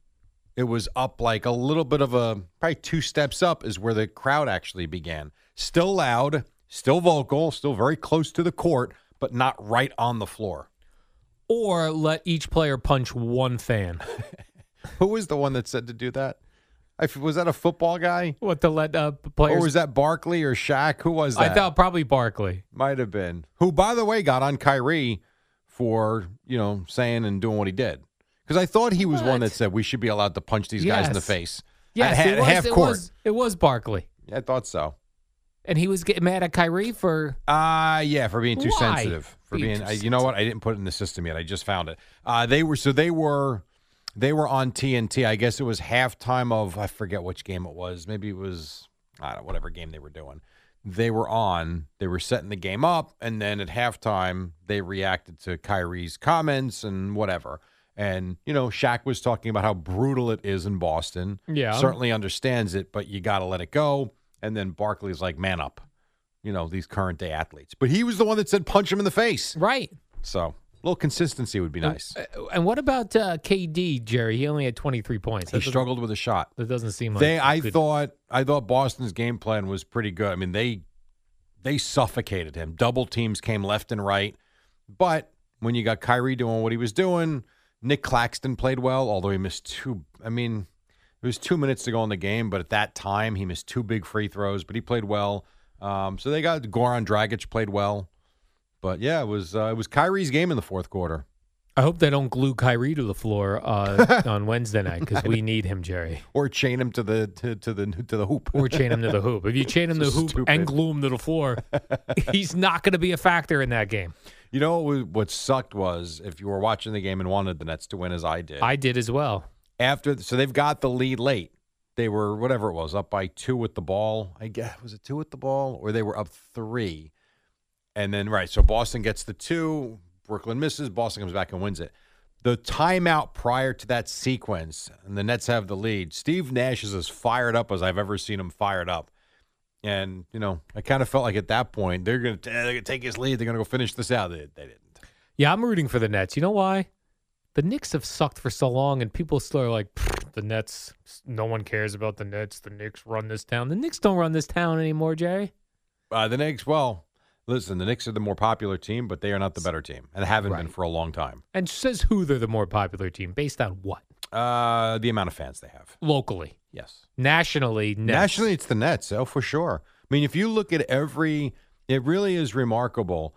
S1: it was up like a little bit of a probably two steps up is where the crowd actually began. Still loud, still vocal, still very close to the court, but not right on the floor.
S2: Or let each player punch one fan. [LAUGHS]
S1: Who was the one that said to do that? I f was that a football guy,
S2: What to let uh,
S1: or
S2: players?
S1: was that Barkley or Shaq? Who was that?
S2: I thought probably Barkley.
S1: might have been. Who, by the way, got on Kyrie for you know saying and doing what he did. Because I thought he was one that said we should be allowed to punch these guys in the
S2: Yes.
S1: face.
S2: Yes,
S1: at, ha-
S2: it was,
S1: half
S2: it
S1: court.
S2: was. It was Barkley,
S1: I thought so.
S2: and he was getting mad at Kyrie for.
S1: Uh yeah, for being too
S2: Why?
S1: sensitive. For
S2: Being
S1: being,
S2: too
S1: I, you know what? I didn't put it in the system yet. I just found it. Uh, they were so they were they were on TNT. I guess it was halftime of I forget which game it was. Maybe it was I don't know, whatever game they were doing. They were on. They were setting the game up, and then at halftime they reacted to Kyrie's comments and whatever. And you know, Shaq was talking about how brutal it is in Boston.
S2: Yeah.
S1: certainly understands it, but you got to let it go. And then Barkley's like, "Man up." you know, these current day athletes. But he was the one that said punch him in the face.
S2: Right.
S1: So a little consistency would be nice.
S2: And what about uh, KD, Jerry? He only had 23 points.
S1: He
S2: That doesn't-
S1: struggled with a shot.
S2: That doesn't seem like
S1: They I
S2: good-
S1: thought I thought Boston's game plan was pretty good. I mean, they they suffocated him. Double teams came left and right. But when you got Kyrie doing what he was doing, Nick Claxton played well, although he missed two I mean, it was two minutes to go in the game, but at that time he missed two big free throws, but he played well. Um, so they got Goran Dragic played well. But yeah, it was uh, it was Kyrie's game in the fourth quarter.
S2: I hope they don't glue Kyrie to the floor
S1: [LAUGHS]
S2: uh, on Wednesday night because we need him, Jerry.
S1: Or chain him to the to, to the to the hoop.
S2: Or chain him to the hoop. If you chain him to the
S1: So
S2: hoop
S1: stupid.
S2: and glue him to the
S1: [LAUGHS]
S2: floor, he's not going to be a factor in that game.
S1: You know what, what sucked was if you were watching the game and wanted the Nets to win as I did.
S2: I did as well.
S1: After so they've got the lead late. They were whatever it was up by two with the ball. I guess was it two with the ball or they were up three, and then right. So Boston gets the two. Brooklyn misses. Boston comes back and wins it. The timeout prior to that sequence, and the Nets have the lead. Steve Nash is as fired up as I've ever seen him fired up. And you know, I kind of felt like at that point they're gonna eh, they're gonna take his lead. They're gonna go finish this out. They, they didn't.
S2: Yeah, I'm rooting for the Nets. You know why? The Knicks have sucked for so long, and people still are like, "Pfft, the Nets. No one cares about the Nets. The Knicks run this town. The Knicks don't run this town anymore, Jerry.
S1: Uh, the Knicks, well, listen, the Knicks are the more popular team, but they are not the better team and haven't been
S2: Right.
S1: for a long time.
S2: And says who they're the more popular team based on what?
S1: Uh, the amount of fans they have.
S2: locally,
S1: Yes.
S2: nationally, Nets.
S1: Nationally, it's the Nets, oh, for sure. I mean, if you look at every, it really is remarkable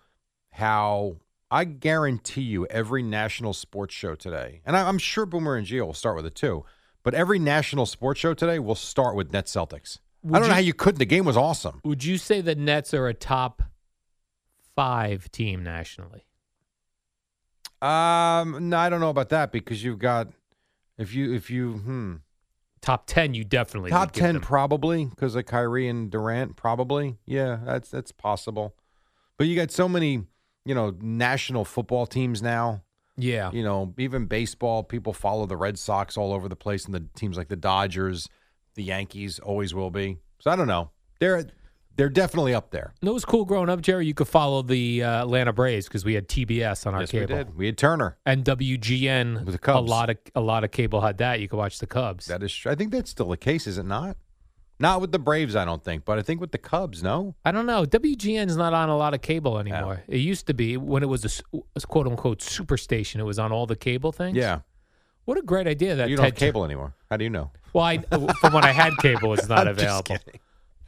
S1: how I guarantee you every national sports show today, and I- I'm sure Boomer and Gio will start with it too, but every national sports show today will start with Nets Celtics. I
S2: Would
S1: don't know
S2: you-
S1: how you couldn't. The game was awesome.
S2: Would you say the Nets are a top five team nationally?
S1: Um, no, I don't know about that because you've got if you if you hmm
S2: Top ten, you definitely would
S1: top
S2: give
S1: ten
S2: them.
S1: probably because of Kyrie and Durant probably yeah that's that's possible, but you got so many you know national football teams now
S2: yeah,
S1: you know even baseball people follow the Red Sox all over the place and the teams like the Dodgers, the Yankees always will be so I don't know they're they're definitely up there.
S2: No, it was cool growing up, Jerry. You could follow the uh, Atlanta Braves because we had TBS on our
S1: yes, we
S2: cable,
S1: did. We had Turner.
S2: and WGN.
S1: With the
S2: a
S1: Cubs.
S2: lot of a lot of cable had that. You could watch the Cubs.
S1: That is, tr- I think that's still the case, is it not? Not with the Braves, I don't think, but I think with the Cubs, no.
S2: I don't know. WGN's not on a lot of cable anymore. It used to be when it was a s- was quote unquote superstation. It was on all the cable things.
S1: Yeah,
S2: What a great idea that
S1: you don't
S2: Ted
S1: have cable anymore. How do you know?
S2: Well, I, from when I had cable, it's not
S1: [LAUGHS] I'm just
S2: available.
S1: kidding.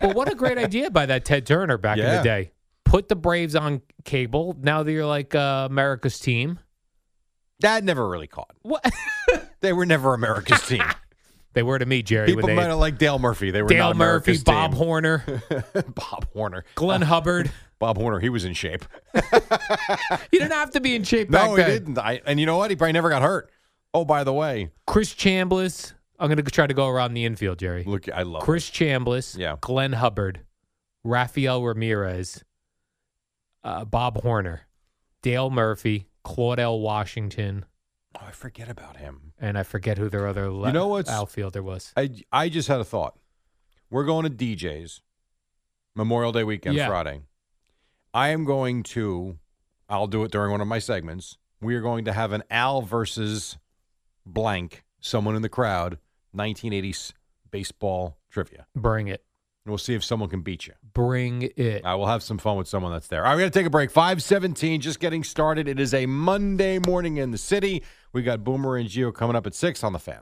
S2: But what a great idea by that Ted Turner back in the
S1: Yeah.
S2: day. Put the Braves on cable. Now they're like uh, America's team.
S1: That never really caught.
S2: What [LAUGHS]
S1: They were never America's team.
S2: they were to me, Jerry.
S1: People
S2: when
S1: might
S2: they,
S1: have liked Dale Murphy. They were
S2: Dale
S1: not
S2: Murphy,
S1: America's
S2: Bob
S1: team.
S2: Horner,
S1: [LAUGHS] Bob Horner. [LAUGHS]
S2: Glenn Hubbard.
S1: Bob Horner. He was in shape.
S2: You didn't have to be in shape back
S1: No, he
S2: then.
S1: didn't. I, and you know what? He probably never got hurt. Oh, by the way,
S2: Chris Chambliss. I'm going to try to go around the infield, Jerry.
S1: look, I love
S2: Chris Chambliss,
S1: Yeah.
S2: Glenn Hubbard, Rafael Ramirez, uh, Bob Horner, Dale Murphy, Claudel Washington,
S1: Oh, I forget about him.
S2: and I forget who their other le-
S1: You know what's-
S2: outfielder was.
S1: I I just had a thought. We're going to DJ's Memorial Day weekend
S2: Yeah.
S1: Friday. I am going to. I'll do it during one of my segments. We are going to have an Al versus blank someone in the crowd 1980s baseball trivia,
S2: Bring it.
S1: and we'll see if someone can beat you.
S2: Bring
S1: [LAUGHS]
S2: it.
S1: I will have some fun with someone that's there. All right, we got to take a break. 517, just getting started. It is a Monday morning in the city. We got Boomer and Geo coming up at 6 on the fan.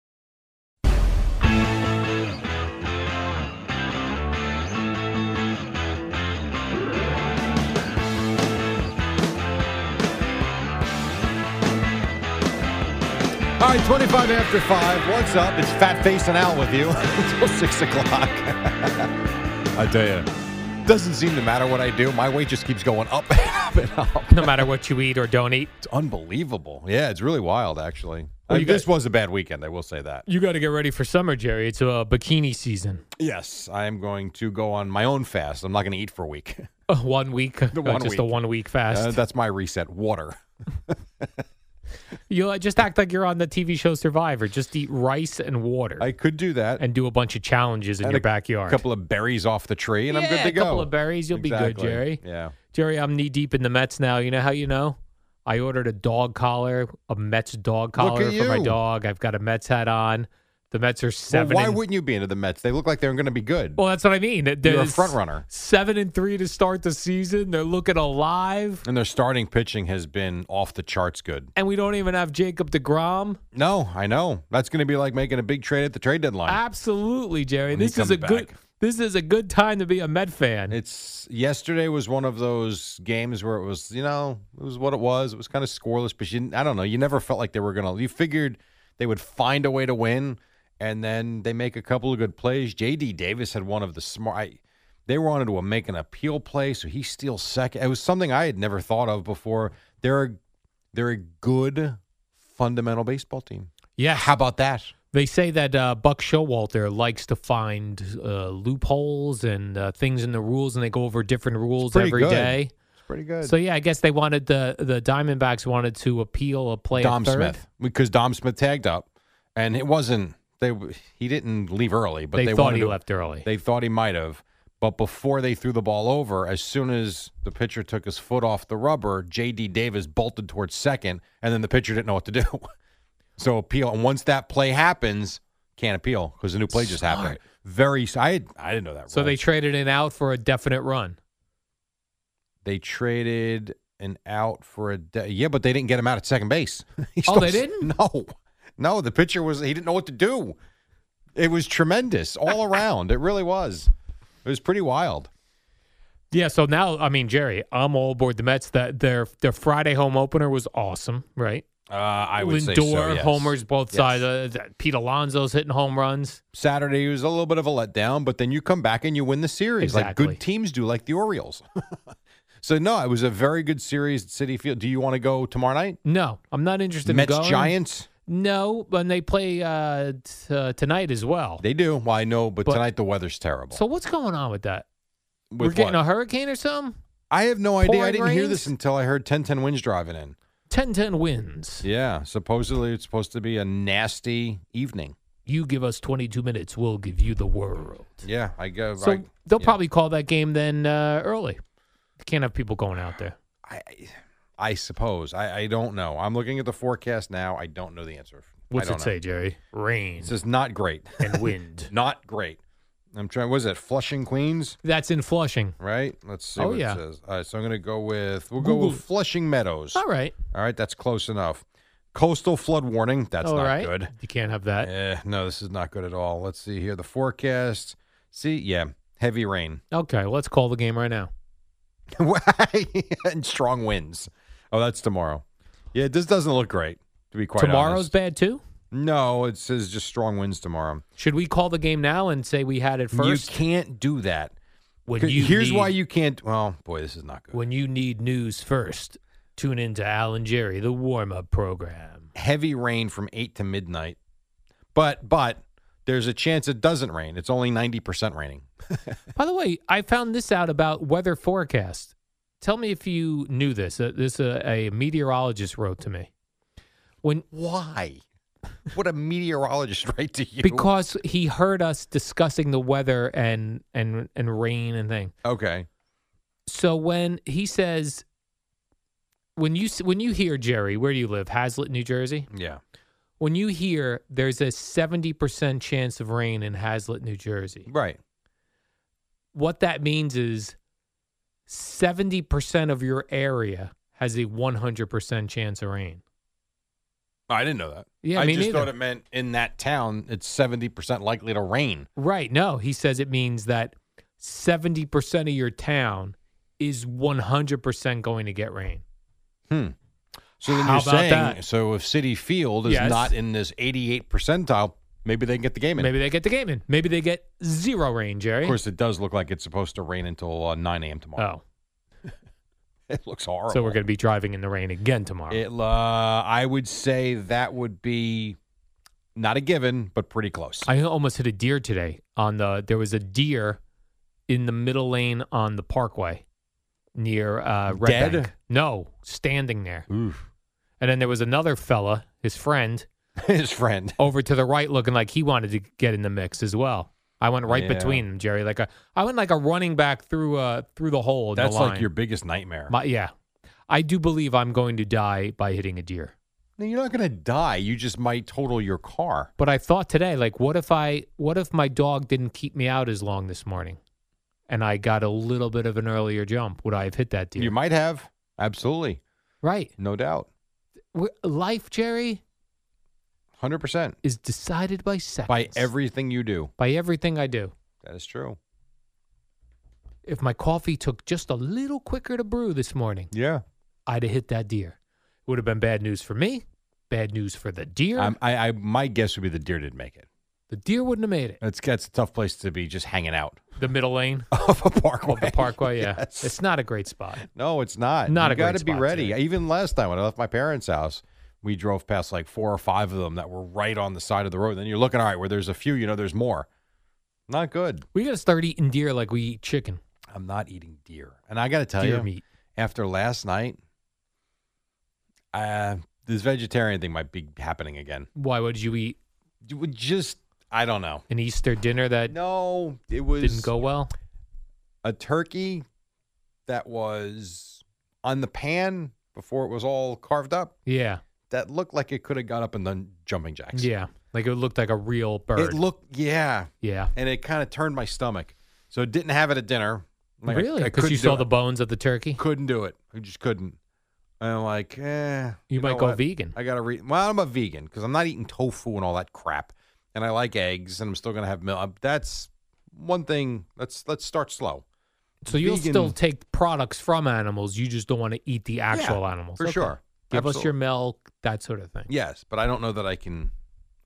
S1: All right, 25 after 5. What's up? It's Fat Face and Al with you [LAUGHS] until 6 o'clock. [LAUGHS] I tell you, doesn't seem to matter what I do. My weight just keeps going up [LAUGHS] and up and up.
S2: no matter what you eat or don't eat,
S1: It's unbelievable. Yeah, it's really wild, actually.
S2: Well,
S1: I-
S2: you
S1: this
S2: got-
S1: was a bad weekend, I will say that.
S2: you got to get ready for summer, Jerry. It's uh, bikini season.
S1: Yes, I am going to go on my own fast. I'm not going to eat for a week. [LAUGHS]
S2: Uh, one week, uh,
S1: one
S2: just a
S1: week.
S2: one week fast.
S1: Uh, that's my reset. Water.
S2: you uh, just act like you're on the TV show Survivor. Just eat rice and water,
S1: I could do that.
S2: and do a bunch of challenges in
S1: And
S2: your
S1: a
S2: backyard.
S1: couple of berries off the tree, and I'm
S2: Yeah,
S1: good to
S2: a
S1: go.
S2: couple of berries, you'll be good, Jerry.
S1: Yeah.
S2: Jerry, I'm knee deep in the Mets now. You know how you know? I ordered a dog collar, a Mets dog
S1: at
S2: collar for my
S1: you.
S2: dog. I've got a Mets hat on. The Mets are
S1: Well,
S2: seven.
S1: why
S2: and-
S1: wouldn't you be into the Mets? They look like they're going to be good.
S2: Well, that's what I mean. It-
S1: You're a
S2: there's
S1: front runner.
S2: Seven and three to start the season. They're looking alive,
S1: and their starting pitching has been off the charts good.
S2: and we don't even have Jacob Degrom.
S1: No, I know. That's going to be like making a big trade at the trade deadline.
S2: Absolutely, Jerry.
S1: When he
S2: This is
S1: comes
S2: a good.
S1: back.
S2: This is a good time to be a Met fan.
S1: It's yesterday was one of those games where it was, you know, it was what it was. It was kind of scoreless, but you, didn't- I don't know. You never felt like they were gonna. You figured they would find a way to win, and then they make a couple of good plays. J.D. Davis had one of the smart. I, they wanted to make an appeal play, so he steals second. It was something I had never thought of before. They're a, they're a good fundamental baseball team.
S2: yeah,
S1: How about that?
S2: They say that uh, Buck Showalter likes to find uh, loopholes and uh, things in the rules, and they go over different rules
S1: pretty
S2: every day.
S1: good. It's pretty good.
S2: So yeah, I guess they wanted the the Diamondbacks wanted to appeal a play at
S1: Dom
S2: third.
S1: Smith because Dom Smith tagged up, and it wasn't they. He didn't leave early, but
S2: They
S1: they,
S2: thought
S1: wanted
S2: he
S1: to-
S2: left early.
S1: They thought he might have, but before they threw the ball over, as soon as the pitcher took his foot off the rubber, J.D. Davis bolted towards second, and then the pitcher didn't know what to do. [LAUGHS] so appeal, and once that play happens, can't appeal because the new play just happened. Very, I had, I didn't know that.
S2: So they traded an out for a definite run.
S1: They traded an out for a de- yeah, but they didn't get him out at second base. [LAUGHS] He
S2: Oh, they
S1: still- [LAUGHS] No, no, the pitcher was he didn't know what to do. It was tremendous [LAUGHS] all around. It really was. It was pretty wild.
S2: Yeah, so now I mean Jerry, I'm all aboard the Mets. That their their Friday home opener was awesome, right?
S1: Uh, I would
S2: Lindor
S1: say so, yes.
S2: homers both
S1: Yes.
S2: sides. Uh, that- Pete Alonso's hitting home runs.
S1: Saturday was a little bit of a letdown, but then you come back and you win the series like
S2: Exactly.
S1: good teams do, like the Orioles. [LAUGHS] so no, it was a very good series at City Field. Do you want to go tomorrow night?
S2: No, I'm not interested
S1: Mets
S2: in going.
S1: Giants.
S2: No, and they play uh, t- uh, tonight as well.
S1: They do. Well, I know, but,
S2: But-
S1: tonight the weather's terrible.
S2: So what's going on with that?
S1: With
S2: We're getting
S1: what?
S2: a hurricane or something?
S1: I have no idea. I
S2: pouring
S1: didn't hear this
S2: rains?
S1: until I heard 10-10 winds driving in.
S2: 10-10 wins.
S1: Yeah, supposedly it's supposed to be a nasty evening.
S2: You give us 22 minutes, we'll give you the world.
S1: Yeah, I go.
S2: So
S1: I-
S2: they'll
S1: yeah.
S2: probably call that game then uh, early. Can't have people going out there.
S1: I suppose. I, I don't know. I'm looking at the forecast now. I don't know the answer.
S2: What's it
S1: I don't know.
S2: say, Jerry? Rain
S1: [LAUGHS] It says not great.
S2: and wind.
S1: [LAUGHS] not great. I'm trying. Was it Flushing, Queens?
S2: That's in Flushing.
S1: Right. Let's see
S2: Oh,
S1: what
S2: yeah.
S1: it says. All right. So I'm going to go with. We'll go
S2: Google-
S1: with Flushing Meadows.
S2: All right.
S1: All right. That's close enough. Coastal flood warning. That's
S2: All
S1: not
S2: right.
S1: good.
S2: You can't have that.
S1: Eh, no, this is not good at all. Let's see here. The forecast. See, yeah, heavy rain [LAUGHS]
S2: Okay, let's call the game right now.
S1: and strong winds. Oh, that's tomorrow. Yeah, this doesn't look great. To be quite
S2: Tomorrow's
S1: honest.
S2: bad too.
S1: No, it says just strong winds tomorrow.
S2: Should we call the game now and say we had it first?
S1: You can't do that.
S2: when
S1: C-
S2: you
S1: Here's
S2: need,
S1: why you can't. Well, boy, this is not good.
S2: when you need news first, tune in to Alan Jerry, the warm up program.
S1: Heavy rain from eight to midnight, but but there's a chance it doesn't rain. It's only ninety percent raining.
S2: By the way, I found this out about weather forecast. Tell me if you knew this. Uh, this uh, a meteorologist wrote to me. When [LAUGHS]
S1: Why? What a meteorologist [LAUGHS] write to you?
S2: because he heard us discussing the weather and and and rain and thing.
S1: okay,
S2: So when he says, when you s- when you hear Jerry, where do you live? Hazlet, New Jersey.
S1: yeah,
S2: When you hear there's a seventy percent chance of rain in Hazlet, New Jersey,
S1: right.
S2: what that means is seventy percent of your area has a one hundred percent chance of rain.
S1: Oh, I didn't know that.
S2: Yeah,
S1: I
S2: me
S1: just
S2: neither.
S1: thought it meant in that town it's seventy percent likely to rain.
S2: Right? No, he says it means that seventy percent of your town is one hundred percent going to get rain.
S1: Hmm. So then
S2: How
S1: you're
S2: about
S1: saying
S2: that?
S1: so if City Field is
S2: Yes.
S1: not in this 88 percentile, maybe they can get the game in.
S2: Maybe they get the game in. Maybe they get zero rain, Jerry.
S1: Of course, it does look like it's supposed to rain until uh, 9 a.m. tomorrow.
S2: Oh,
S1: [LAUGHS] It looks horrible.
S2: so we're going to be driving in the rain again tomorrow.
S1: It, uh, I would say that would be not a given, but pretty close.
S2: I almost hit a deer today on the there was a deer in the middle lane on the parkway near uh Red
S1: Dead?
S2: Bank. No, standing there. And then there was another fella, his friend,
S1: [LAUGHS] His friend.
S2: over to the right looking like he wanted to get in the mix as well. I went right
S1: Yeah.
S2: between them, Jerry. Like a, I went like a running back through uh through the hole. in the
S1: That's like
S2: line.
S1: your biggest nightmare.
S2: My, yeah. I do believe I'm going to die by hitting a deer.
S1: No, you're not going to die. You just might total your car.
S2: But I thought today, like, what if I, what if my dog didn't keep me out as long this morning, and I got a little bit of an earlier jump? Would I have hit that deer?
S1: You might have. Absolutely.
S2: Right.
S1: No doubt.
S2: We're, life, Jerry,
S1: 100%
S2: is decided by seconds.
S1: by everything you do.
S2: by everything I do.
S1: That is true.
S2: If my coffee took just a little quicker to brew this morning,
S1: Yeah.
S2: I'd have hit that deer. It would have been bad news for me. Bad news for the deer.
S1: Um, I, I, my guess would be the deer did make it.
S2: the deer wouldn't have made it.
S1: That's that's a tough place to be just hanging out
S2: The middle lane
S1: [LAUGHS] of a parkway.
S2: of the parkway. Yeah,
S1: [LAUGHS] Yes.
S2: it's not a great spot.
S1: no, it's not.
S2: Not
S1: you
S2: a great
S1: gotta be
S2: spot
S1: ready.
S2: today.
S1: Even last time when I left my parents' house, we drove past like four or five of them that were right on the side of the road. Then you're looking, all right, where there's a few, you know, there's more. Not good.
S2: We got to start eating deer like we eat chicken.
S1: I'm not eating deer, and I got to tell
S2: Deer
S1: you,
S2: meat.
S1: after last night, uh, this vegetarian thing might be happening again.
S2: Why would you eat?
S1: You would just I don't know.
S2: An Easter dinner that
S1: no, it was
S2: didn't go well.
S1: A turkey that was on the pan before it was all carved up.
S2: Yeah,
S1: that looked like it could have got up and done jumping jacks.
S2: yeah. Like it looked like a real bird.
S1: It looked yeah,
S2: yeah.
S1: and it kind of turned my stomach. So it didn't have it at dinner. Like, I-
S2: really?
S1: I
S2: Because
S1: couldn't
S2: you
S1: do
S2: saw
S1: it.
S2: the bones of the turkey.
S1: couldn't do it. I just couldn't. And I'm like, eh. You,
S2: might
S1: know
S2: go
S1: what?
S2: vegan.
S1: I gotta read. Well, I'm a vegan because I'm not eating tofu and all that crap. And I like eggs, and I'm still gonna have milk. Uh, That's one thing. Let's let's start slow.
S2: So you'll
S1: vegan-
S2: still take products from animals. You just don't want to eat the actual animals
S1: for
S2: Okay.
S1: sure.
S2: Give us your
S1: Absolutely.
S2: milk, that sort of thing.
S1: Yes, but I don't know that I can.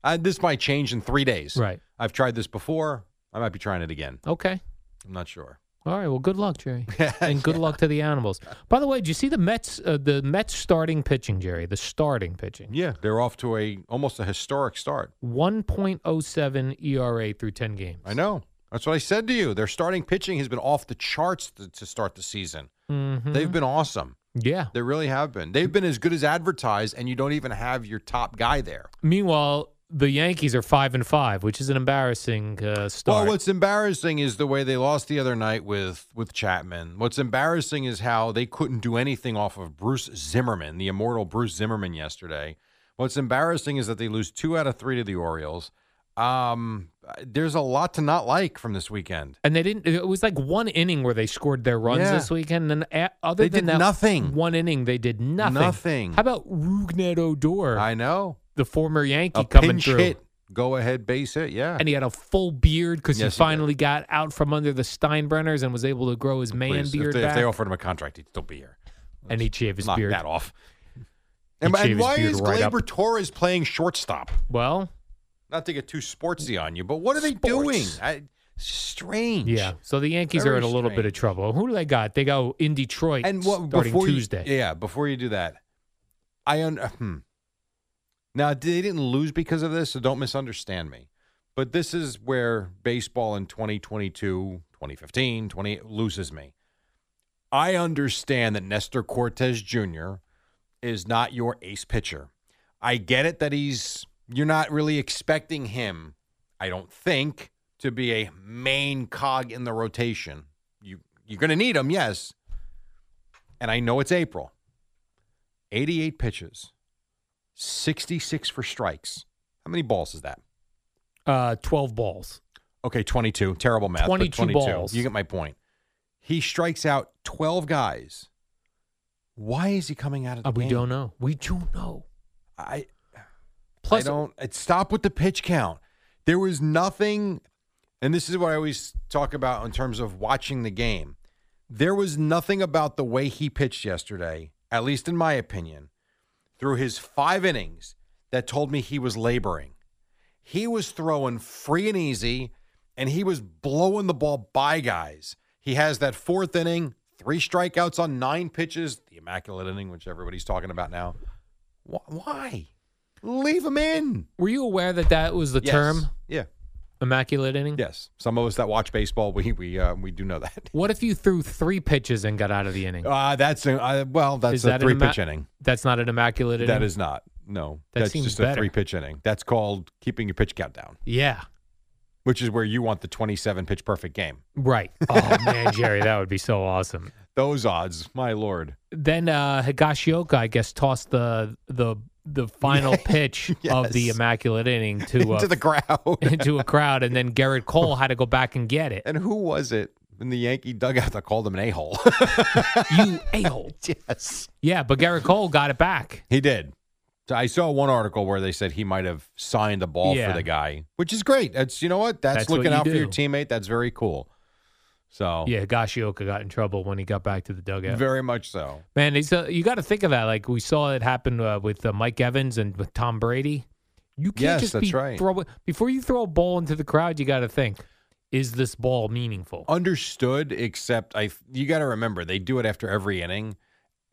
S1: I, this might change in three days.
S2: Right.
S1: I've tried this before. I might be trying it again.
S2: Okay.
S1: I'm not sure.
S2: All right. Well, good luck,
S1: [LAUGHS]
S2: Jerry, and good luck to the animals. By the way, did you see the Mets? Uh, the Mets starting pitching, Jerry. The starting pitching.
S1: Yeah, they're off to a almost a historic start.
S2: 1.07 ERA E through 10 games.
S1: I know. That's what I said to you. Their starting pitching has been off the charts to, to start the season.
S2: Mhm.
S1: They've been awesome.
S2: Yeah.
S1: They really have been. They've been as good as advertised, and you don't even have your top guy there.
S2: Meanwhile, the Yankees are five and five, which is an embarrassing uh, start.
S1: Well, what's embarrassing is the way they lost the other night with with Chapman. What's embarrassing is how they couldn't do anything off of Bruce Zimmerman, the immortal Bruce Zimmerman yesterday. What's embarrassing is that they lose two out of three to the Orioles. Um, there's a lot to not like from this weekend.
S2: and they didn't. It was like one inning where they scored their runs
S1: Yeah.
S2: this weekend, and a- other
S1: They
S2: than
S1: did
S2: that,
S1: nothing.
S2: One inning, they did nothing.
S1: Nothing.
S2: How about Rugnet Odor,
S1: I know.
S2: the former Yankee
S1: A
S2: coming
S1: pinch
S2: through,
S1: hit, go ahead base hit. Yeah.
S2: and he had a full beard because
S1: Yes,
S2: he
S1: he did.
S2: finally got out from under the Steinbrenners and was able to grow his man
S1: Please,
S2: beard
S1: if, they, if
S2: back.
S1: they offered him a contract, he'd still be here.
S2: and he shaved his
S1: Knock
S2: beard.
S1: that off.
S2: He'd
S1: And, and
S2: shave his
S1: why
S2: beard
S1: is
S2: right up.
S1: Gleyber Torres playing shortstop?
S2: Well,
S1: Not to get too sportsy on you, but what are they
S2: Sports.
S1: doing? I, strange.
S2: yeah. So the Yankees
S1: Very
S2: are in a little bit of
S1: strange.
S2: trouble. Who do they got? They go in Detroit
S1: And what
S2: starting
S1: before
S2: Tuesday.
S1: You, yeah, before you do that, I un, hmm. now they didn't lose because of this, so don't misunderstand me. But this is where baseball in 2022, 2015, 20 loses me. I understand that Nestor Cortez Jr. is not your ace pitcher. I get it that he's you're not really expecting him, I don't think, to be a main cog in the rotation. You you're going to need him, yes. And I know it's April. 88 pitches, 66 for strikes. How many balls is that?
S2: Uh, Twelve balls.
S1: Okay, 22. Terrible math. but
S2: 22 balls.
S1: You get my point. He strikes out 12 guys. Why is he coming out of the
S2: Uh, we
S1: game?
S2: don't know. We don't know.
S1: I
S2: Plus,
S1: I don't. It stop with the pitch count. There was nothing, and this is what I always talk about in terms of watching the game. There was nothing about the way he pitched yesterday, at least in my opinion, through his five innings that told me he was laboring. He was throwing free and easy, and he was blowing the ball by guys. He has that fourth inning, three strikeouts on nine pitches, the immaculate inning, which everybody's talking about now. Wh- Why? Leave him in.
S2: were you aware that that was the term
S1: Yeah.
S2: immaculate inning?
S1: Yes. Some of us that watch baseball, we we uh, we do know that. [LAUGHS]
S2: What if you threw three pitches and got out of the inning?
S1: Uh, that's a, uh, well, that's
S2: Is
S1: a
S2: that an
S1: three
S2: imma-
S1: pitch inning.
S2: That's not an immaculate inning.
S1: That is not. No.
S2: That
S1: that's
S2: seems
S1: just
S2: better.
S1: a three pitch inning. That's called keeping your pitch count down,
S2: Yeah.
S1: which is where you want the 27 pitch perfect game. [LAUGHS]
S2: Right. Oh man, Jerry, that would be so awesome.
S1: Those odds, my lord.
S2: Then uh Higashioka, I guess, tossed the the the
S1: [LAUGHS]
S2: final pitch of the
S1: Yes.
S2: immaculate inning
S1: [LAUGHS]
S2: to uh,
S1: Into
S2: [LAUGHS]
S1: the crowd.
S2: into a crowd, and then Garrett Cole had to go back and get it.
S1: and who was it in the Yankee dugout that called him an a hole?
S2: You a hole.
S1: [LAUGHS] yes.
S2: Yeah, but Garrett Cole got it back.
S1: He did. So I saw one article where they said he might have signed the ball
S2: Yeah.
S1: for the guy, which is great. That's you know what? That's,
S2: That's what
S1: looking
S2: you
S1: out for your
S2: do.
S1: teammate. That's very cool. So
S2: Yeah, Higashioka got in trouble when he got back to the dugout.
S1: very much so.
S2: Man, it's, uh, you got to think of that. Like we saw it happen uh, with uh, Mike Evans and with Tom Brady. You can't
S1: Yes,
S2: just
S1: that's
S2: be
S1: right.
S2: throw before you throw a ball into the crowd. You got to think: Is this ball meaningful?
S1: Understood, except I you got to remember they do it after every inning.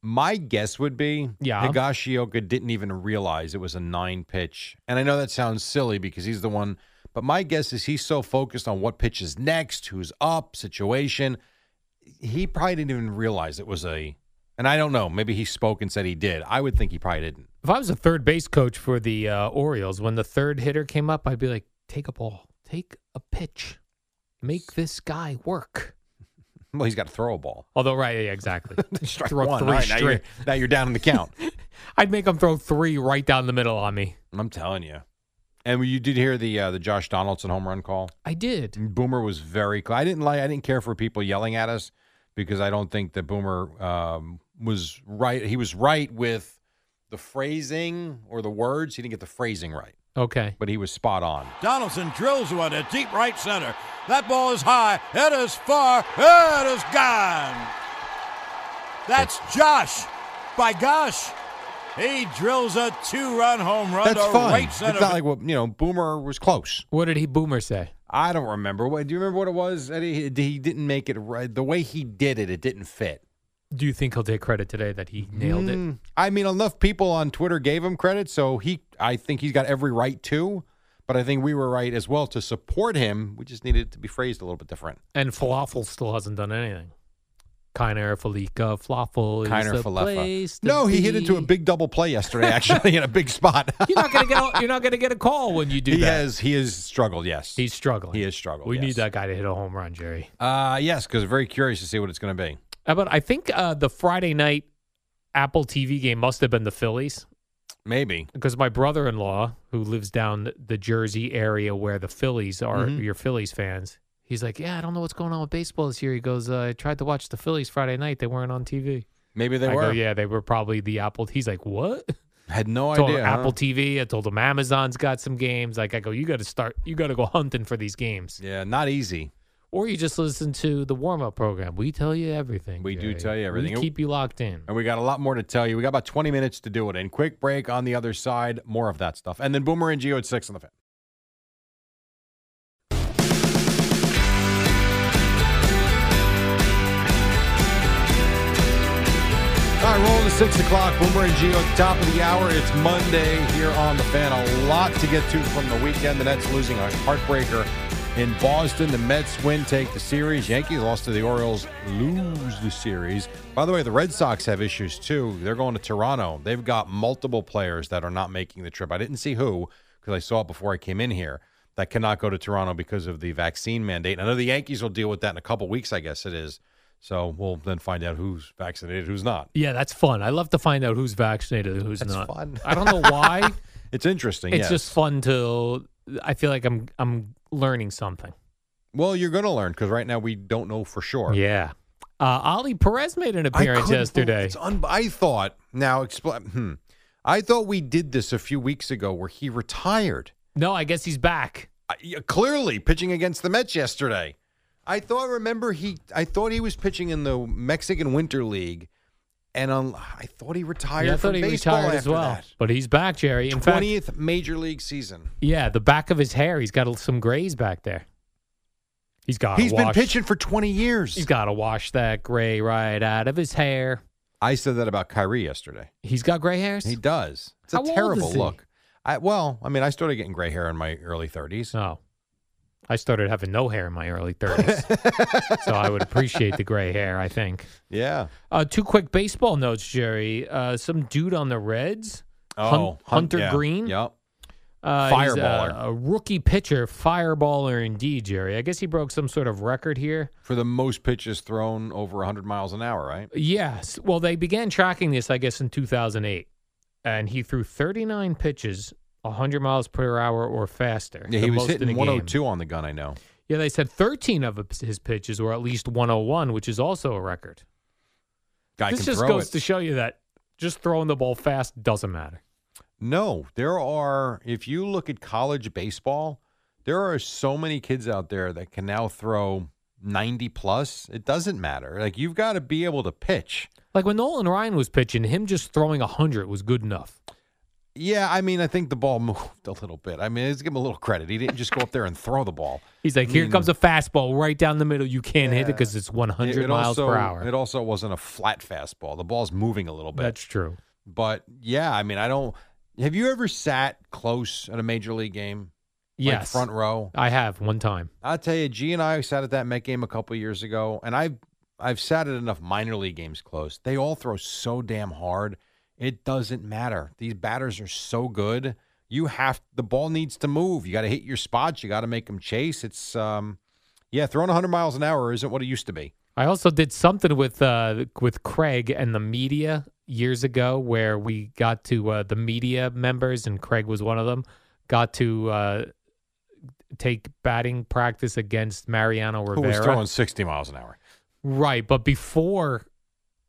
S1: My guess would be
S2: Yeah.
S1: Higashioka didn't even realize it was a nine pitch. And I know that sounds silly because he's the one, but my guess is he's so focused on what pitch is next, who's up, situation. He probably didn't even realize it was a And I don't know. Maybe he spoke and said he did. I would think he probably didn't.
S2: If I was a third base coach for the uh, Orioles, when the third hitter came up, I'd be like, take a ball, take a pitch, make this guy work.
S1: Well, he's got to throw a ball.
S2: Although, right, yeah,
S1: [LAUGHS]
S2: exactly. [LAUGHS]
S1: Strike
S2: Throw
S1: one.
S2: three
S1: All right, now, you're,
S2: straight.
S1: now you're down in the count.
S2: I'd make him throw three right down the middle on me.
S1: I'm telling you. And you did hear the uh, the Josh Donaldson home run call.
S2: I did.
S1: Boomer was very. cl- I didn't like. I didn't care for people yelling at us because I don't think that Boomer um, was right. He was right with the phrasing or the words. He didn't get the phrasing right,
S2: Okay.
S1: but he was spot on.
S6: Donaldson drills one to deep right center. That ball is high. It is far. It is gone. That's Josh. By gosh, he drills a two-run home run
S1: That's
S6: to
S1: fun.
S6: right
S1: it's
S6: center.
S1: not like what you know. Boomer was close.
S2: What did he Boomer say?
S1: I don't remember. What do you remember? What it was? Eddie? He, he didn't make it right. The way he did it, it didn't fit.
S2: Do you think he'll take credit today that he nailed it?
S1: Mm, I mean, enough people on Twitter gave him credit, so he. I think he's got every right to. But I think we were right as well to support him. We just needed it to be phrased a little bit different.
S2: And Falafel still hasn't done anything. Kiner Falika Falafel is
S1: Kiner
S2: the
S1: Falefa.
S2: place to
S1: No, he hit
S2: be.
S1: into a big double
S2: [LAUGHS]
S1: play yesterday, actually, in a big spot.
S2: You're not gonna get. A, you're not gonna get a call when you do
S1: he
S2: that.
S1: has he has struggled. Yes,
S2: He's struggling.
S1: he has struggled.
S2: we need
S1: yes.
S2: that guy to hit a home run, Jerry.
S1: Uh, yes, because very curious to see what it's going to be.
S2: How about I think uh, the Friday night Apple TV game must have been the Phillies
S1: Maybe.
S2: because my brother-in-law who lives down the Jersey area where the Phillies are
S1: Mhm.
S2: your Phillies fans. He's like, yeah, I don't know what's going on with baseball this year. He goes, uh, I tried to watch the Phillies Friday night. They weren't on TV.
S1: Maybe they
S2: I
S1: were.
S2: Go, yeah, they were probably the Apple. He's like, what?
S1: Had no
S2: told
S1: idea.
S2: him
S1: huh?
S2: Apple TV. I told him Amazon's got some games. Like I go, you got to start. You got to go hunting for these games,
S1: Yeah, not easy.
S2: or you just listen to the warm up program. We tell you everything.
S1: We do
S2: Jerry.
S1: tell you everything.
S2: We keep you locked in.
S1: And we got a lot more to tell you. We got about 20 minutes to do it. And quick break on the other side, more of that stuff. And then Boomer and Geo at 6 on the fan. All right, rolling to 6 o'clock. Boomer and Geo at the top of the hour. It's Monday here on the fan. A lot to get to from the weekend. The Nets losing a heartbreaker in Boston. The Mets win, take the series. Yankees lost to the Orioles, lose the series. By the way, the Red Sox have issues too. They're going to Toronto. They've got multiple players that are not making the trip. I didn't see who because I saw it before I came in here. That cannot go to Toronto because of the vaccine mandate. I know the Yankees will deal with that in a couple weeks, I guess it is. So we'll then find out who's vaccinated, who's not.
S2: Yeah, that's fun. I love to find out who's vaccinated and who's
S1: That's
S2: not.
S1: fun.
S2: I don't know
S1: [LAUGHS]
S2: why.
S1: It's interesting.
S2: it's
S1: yes.
S2: just fun to. I feel like I'm I'm learning something.
S1: well, you're going to learn because right now we don't know for sure.
S2: Yeah. Uh, Ollie Perez made an
S1: I
S2: appearance
S1: couldn't believe-
S2: yesterday.
S1: it's un- I thought now explain. Hmm, I thought we did this a few weeks ago where he retired.
S2: No, I guess he's back.
S1: I, yeah, clearly pitching against the Mets yesterday. I thought. Remember he? I thought he was pitching in the Mexican Winter League, and on, I thought he retired.
S2: Yeah, I thought
S1: from
S2: he
S1: baseball
S2: retired as
S1: after
S2: well,
S1: that.
S2: but he's back, Jerry. In fact,
S1: 20th major league season.
S2: Yeah, the back of his hair. He's got a- some grays back there. He's got.
S1: He's been
S2: wash.
S1: pitching for 20 years.
S2: He's got to wash that gray right out of his hair.
S1: I said that about Kyrie yesterday.
S2: He's got gray hairs.
S1: He does. It's
S2: How
S1: a
S2: old is
S1: terrible
S2: he?
S1: look. I well, I mean, I started getting gray hair in my early 30s.
S2: Oh, I started having no hair in my early thirties, so I would appreciate the gray hair. I think.
S1: Yeah.
S2: Uh, two quick baseball notes, Jerry. Uh, some dude on the Reds, Hun-
S1: Oh, Hun-
S2: Hunter
S1: yeah.
S2: Green.
S1: Yep.
S2: Uh, he's a-
S1: Fireballer.
S2: a, rookie pitcher, fireballer indeed, Jerry. I guess he broke some sort of record here.
S1: For the most pitches thrown over 100 miles an hour, right?
S2: Yes. Well, they began tracking this, I guess, in 2008, and he threw 39 pitches, 100 miles per hour or faster.
S1: Yeah,
S2: the
S1: he was
S2: most in a
S1: hitting
S2: game.
S1: 102 on the gun, I know.
S2: Yeah, they said 13 of his pitches were at least 101, which is also a record.
S1: Guy
S2: this
S1: can
S2: just
S1: throw
S2: goes
S1: it.
S2: to show you that just throwing the ball fast doesn't matter.
S1: No, there are, if you look at college baseball, there are so many kids out there that can now throw 90 plus. It doesn't matter. Like, you've got to be able to pitch.
S2: Like when Nolan Ryan was pitching, him just throwing 100 was good enough.
S1: Yeah, I mean, I think the ball [LAUGHS] moved a little bit. I mean, let's give him a little credit. He didn't just go up there and throw the ball.
S2: He's like, here
S1: mean-
S2: comes a fastball right down the middle. You can't hit it because it's 100
S1: It- it
S2: miles
S1: also-
S2: per hour.
S1: It also wasn't a flat fastball. The ball's moving a little bit.
S2: That's true.
S1: But yeah, I mean, I don't. Have you ever sat close at a major league game?
S2: Yes.
S1: Like front row?
S2: I have one time.
S1: I'll tell you, G and I sat at that Met game a couple years ago, and I I've sat at enough minor league games close. They all throw so damn hard. It doesn't matter. These batters are so good. You have the ball needs to move. You got to hit your spots. You got to make them chase. It's um, yeah, throwing 100 miles an hour isn't what it used to be.
S2: I also did something with uh, with Craig and the media years ago, where we got to uh, the media members, and Craig was one of them. Got to uh, take batting practice against Mariano Rivera,
S1: Who was Oh, throwing 60 miles an hour?
S2: Right, but before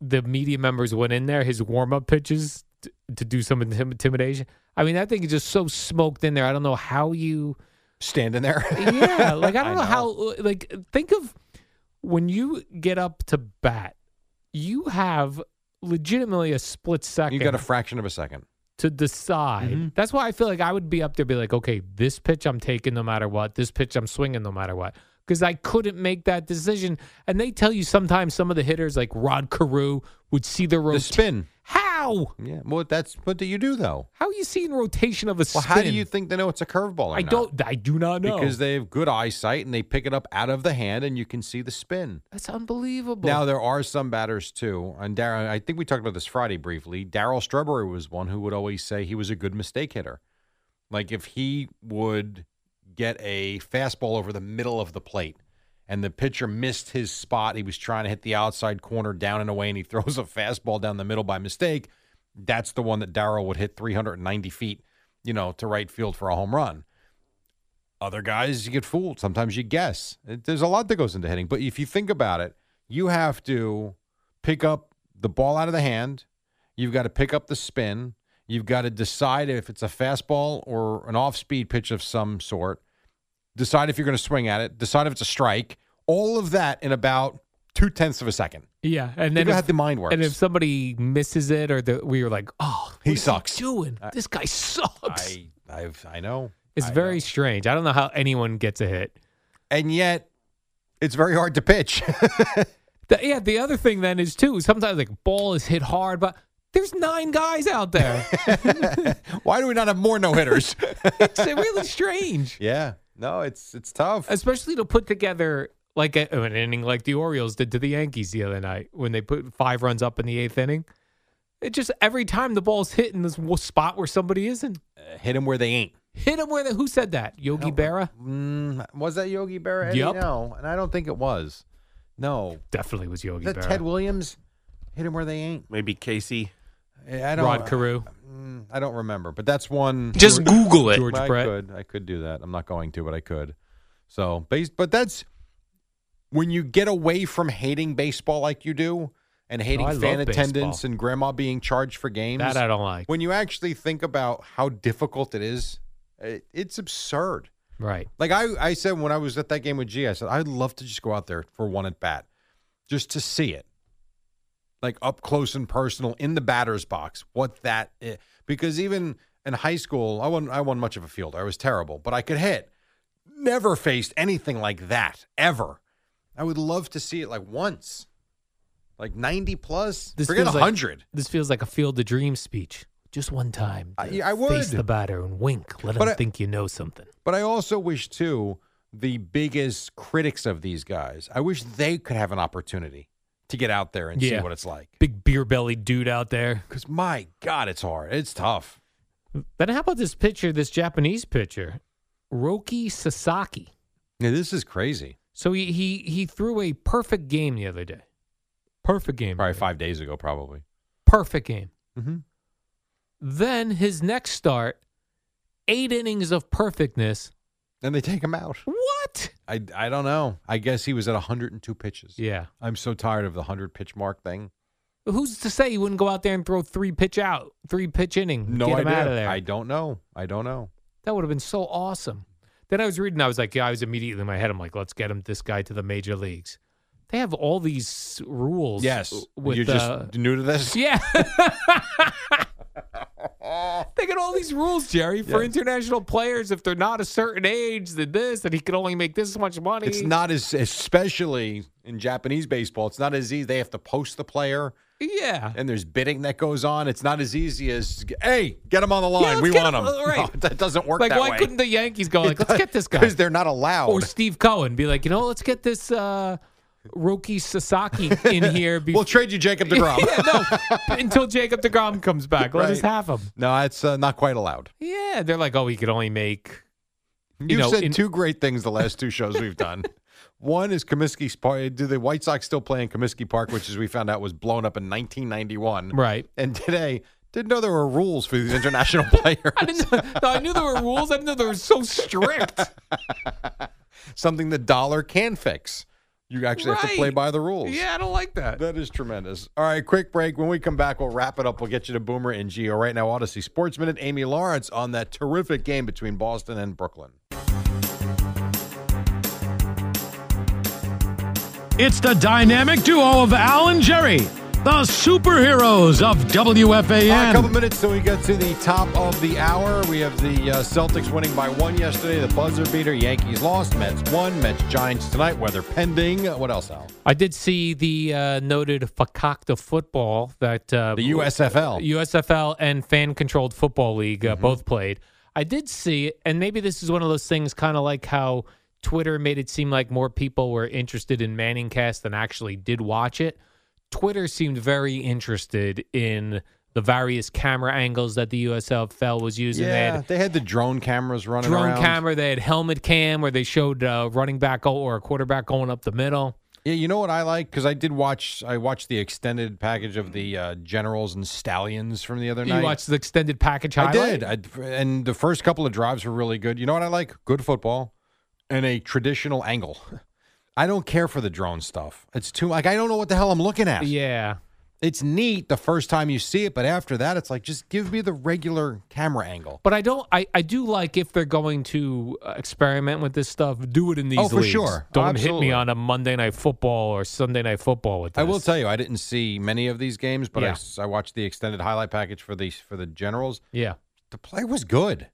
S2: the media members went in there, his warm up pitches t- to do some intim- intimidation. I mean, that thing is just so smoked in there. I don't know how you
S1: stand in there.
S2: yeah, like [LAUGHS] I don't know, how. uh, Like, think of when you get up to bat, you have legitimately a split second.
S1: [LAUGHS] You got a fraction of a second.
S2: to decide. That's why I feel like I would be up there, be like, okay, this pitch I'm taking no matter what. This pitch I'm swinging no matter what. Because I couldn't make that decision. And they tell you sometimes some of the hitters, like Rod Carew, would see the rotation.
S1: spin.
S2: How?
S1: Yeah. Well, that's what do you do though?
S2: How are you seeing rotation of a spin?
S1: Well, how do you think they know it's a curveball? Or
S2: I
S1: not?
S2: don't. I do not know.
S1: because they have good eyesight and they pick it up out of the hand and you can see the spin.
S2: that's unbelievable.
S1: Now there are some batters too, and Darren. I think we talked about this Friday briefly. Daryl Strawberry was one who would always say he was a good mistake hitter. Like if he would get a fastball over the middle of the plate, and the pitcher missed his spot, he was trying to hit the outside corner down and away, and he [LAUGHS] throws a fastball down the middle by mistake. That's the one that Daryl would hit 390 feet, you know, to right field for a home run other guys you get fooled sometimes you guess It- there's a lot that goes into hitting but if you think about it you have to pick up the ball out of the hand you've got to pick up the spin you've got to decide if it's a fastball or an off-speed pitch of some sort decide if you're going to swing at it decide if it's a strike all of that in about two tenths of a second
S2: yeah, and
S1: You
S2: then
S1: know
S2: if,
S1: how the mind works.
S2: And if somebody misses it, or the, we were like, "Oh,
S1: He
S2: what is
S1: sucks.
S2: doing this guy sucks."
S1: i I've, i know
S2: it's very strange. I don't know how anyone gets a hit.
S1: and yet it's very hard to pitch [LAUGHS]
S2: The- yeah, the other thing then is too. Sometimes like ball is hit hard, but there's nine guys out there.
S1: why do we not have more no-hitters [LAUGHS]
S2: it's really strange,
S1: yeah no it's it's tough
S2: especially to put together like a, an inning like the Orioles did to the Yankees the other night when they put five runs up in the eighth inning. It just every time the ball's hit in this w- spot where somebody isn't.
S1: hit them where they ain't
S2: Hit him where the who said that? Yogi Berra?
S1: Mm, was that Yogi Berra? Eddie?
S2: Yup.
S1: No, and I don't think it was. No,
S2: Definitely was Yogi
S1: is that
S2: Berra.
S1: Ted Williams? Hit him where they ain't.
S7: Maybe Casey.
S1: I don't.
S2: Rod Carew.
S1: Mm, I don't remember, but that's one.
S7: Just Google it.
S2: George
S1: I
S2: Brett.
S1: could. I could do that. I'm not going to, but I could. So based, but that's when you get away from hating baseball like you do, and hating
S2: I love
S1: fan attendance
S2: baseball.
S1: and grandma being charged for games.
S2: That I don't like.
S1: When you actually think about how difficult it is, it, it's absurd.
S2: Right.
S1: Like I, I said when I was at that game with G, I said I'd love to just go out there for one at bat, just to see it, like up close and personal in the batter's box. What that is. because even in high school, I wasn't I wasn't much of a fielder. I was terrible, but I could hit. Never faced anything like that ever. I would love to see it like once, like ninety plus. Forget
S2: feels like-
S1: hundred.
S2: this feels like a field of dreams speech. Just one time.
S1: I- yeah, I
S2: Face
S1: would.
S2: the batter and wink. Let
S1: But
S2: him
S1: I-
S2: think you know something.
S1: But I also wish too the biggest critics of these guys. I wish they could have an opportunity to get out there and see
S2: Yeah.
S1: what it's like.
S2: Big beer bellied dude out there.
S1: Because my God, it's hard. It's tough.
S2: Then how about this pitcher, this Japanese pitcher, Roki Sasaki?
S1: Yeah, this is crazy.
S2: So he he he threw a perfect game the other day. Perfect game.
S1: Probably five days ago, probably.
S2: Perfect game.
S1: Mm-hmm.
S2: Then his next start, eight innings of perfectness.
S1: And they take him out.
S2: What?
S1: I, I don't know. I guess he was at 102 pitches.
S2: Yeah.
S1: I'm so tired of the 100 pitch mark thing.
S2: Who's to say he wouldn't go out there and throw three pitch out, three pitch inning,
S1: No
S2: get him
S1: idea.
S2: out of there?
S1: I don't know. I don't know.
S2: That would have been so awesome. Then I was reading, I was like, yeah, I was immediately in my head, I'm like, let's get him, this guy to the major leagues. They have all these rules.
S1: Yes.
S2: With,
S1: You're
S2: uh,
S1: just new to this?
S2: Yeah. [LAUGHS] they got all these rules, Jerry, for
S1: Yes.
S2: international players. If they're not a certain age, then this, that he can only make this much money.
S1: It's not as, especially in Japanese baseball, it's not as easy. They have to post the player.
S2: Yeah.
S1: and there's bidding that goes on. It's not as easy as hey, get them on the line.
S2: let's
S1: we
S2: get [LAUGHS]
S1: want
S2: 'em."
S1: them.
S2: Uh, right.
S1: [LAUGHS] that doesn't work
S2: like,
S1: that
S2: why
S1: way. [LAUGHS]
S2: couldn't Oh, the Yankees go, like, let's get this guy?
S1: Oh, Because they're not allowed.
S2: Or Steve Cohen be like, you know, let's get this uh, Roki Sasaki
S1: [LAUGHS]
S2: in here. Before,
S1: We'll trade
S2: [LAUGHS]
S1: you Jacob DeGrom.
S2: yeah, no, until Jacob DeGrom comes back. Let us
S1: Right.
S2: have him.
S1: [LAUGHS] No, it's uh, not
S2: [LAUGHS]
S1: quite allowed.
S2: Yeah, they're like, oh, we could only make.
S1: You've
S2: know,
S1: said
S2: in-
S1: two great things the last two shows
S2: [LAUGHS]
S1: we've done. One is Comiskey's Park. Do the White Sox still play in Comiskey Park, which, as we found out, was blown up in 1991?
S2: Right.
S1: And today, didn't know there were rules for these international [LAUGHS] players.
S2: [LAUGHS] I didn't. Know, no, I knew there were rules. I didn't know they were
S1: [LAUGHS]
S2: so strict.
S1: Something the dollar can fix. You actually have to play
S2: Right.
S1: by the rules.
S2: Yeah, I don't like that.
S1: That is tremendous. All right, quick break. When we come back, we'll wrap it up. We'll get you to Boomer and Geo. Right now, Odyssey Sports Minute. Amy Lawrence on that terrific game between Boston and Brooklyn.
S3: It's the dynamic duo of Al and Jerry, the superheroes of
S1: Uh, a couple
S3: WFAN.
S1: minutes till we get to the top of the hour. We have the uh, Celtics winning by one yesterday. The buzzer beater. Yankees lost. Mets won. Mets Giants tonight. Weather pending. Uh, What else, Al?
S2: I did see the uh, noted Fakakta football that uh,
S1: The USFL.
S2: USFL and Fan Controlled Football League
S1: Mm-hmm.
S2: uh, both played. I did see, and maybe this is one of those things, kind of like how Twitter made it seem like more people were interested in Manning Cast than actually did watch it. Twitter seemed very interested in the various camera angles that the USFL was using. They had
S1: they had the drone cameras running
S2: drone
S1: around.
S2: camera, they had helmet cam, where they showed uh, running back go- or a quarterback going up the middle.
S1: Yeah, you know what I like because I did watch. I watched the extended package of the uh, Generals and Stallions from the other night.
S2: You watched the extended package
S1: I
S2: highlight.
S1: did. I, and the first couple of drives were really good. You know what I like? Good football and a traditional angle. [LAUGHS] I don't care for the drone stuff. It's too like I don't know what the hell I'm looking at.
S2: Yeah.
S1: It's neat the first time you see it, but after that it's like just give me the regular camera angle.
S2: But I don't. I, I do like if they're going to uh, experiment with this stuff, do it in these.
S1: Oh, for
S2: leagues.
S1: sure.
S2: Don't hit
S1: Absolutely.
S2: me on a Monday night football or Sunday night football with this.
S1: I will tell you, I didn't see many of these games, but I
S2: Yeah.
S1: s- I, watched the extended highlight package for the for the Generals.
S2: Yeah.
S1: The play was good.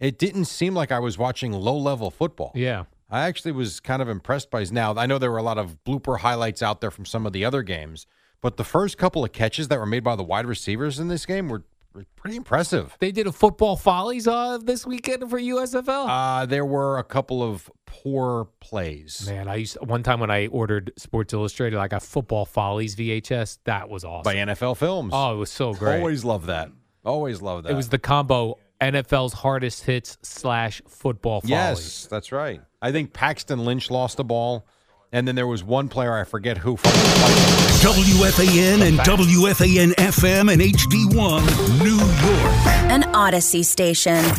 S1: It didn't seem like I was watching low level football.
S2: Yeah.
S1: I actually was kind of impressed by his. Now I know there were a lot of blooper highlights out there from some of the other games, but the first couple of catches that were made by the wide receivers in this game were, were pretty impressive.
S2: They did a football follies uh, this weekend for USFL.
S1: Uh, there were a couple of poor plays
S2: Man, I used one time when I ordered Sports Illustrated, I got football follies VHS. That was awesome.
S1: by NFL Films.
S2: oh, it was so great.
S1: always love that. Always love that.
S2: It was the combo NFL's hardest hits slash football follies.
S1: yes, that's right. I think Paxton Lynch lost the ball, and then there was one player I forget who. fucking-
S4: WFAN and WFAN FM and HD1 New York.
S7: An Odyssey station.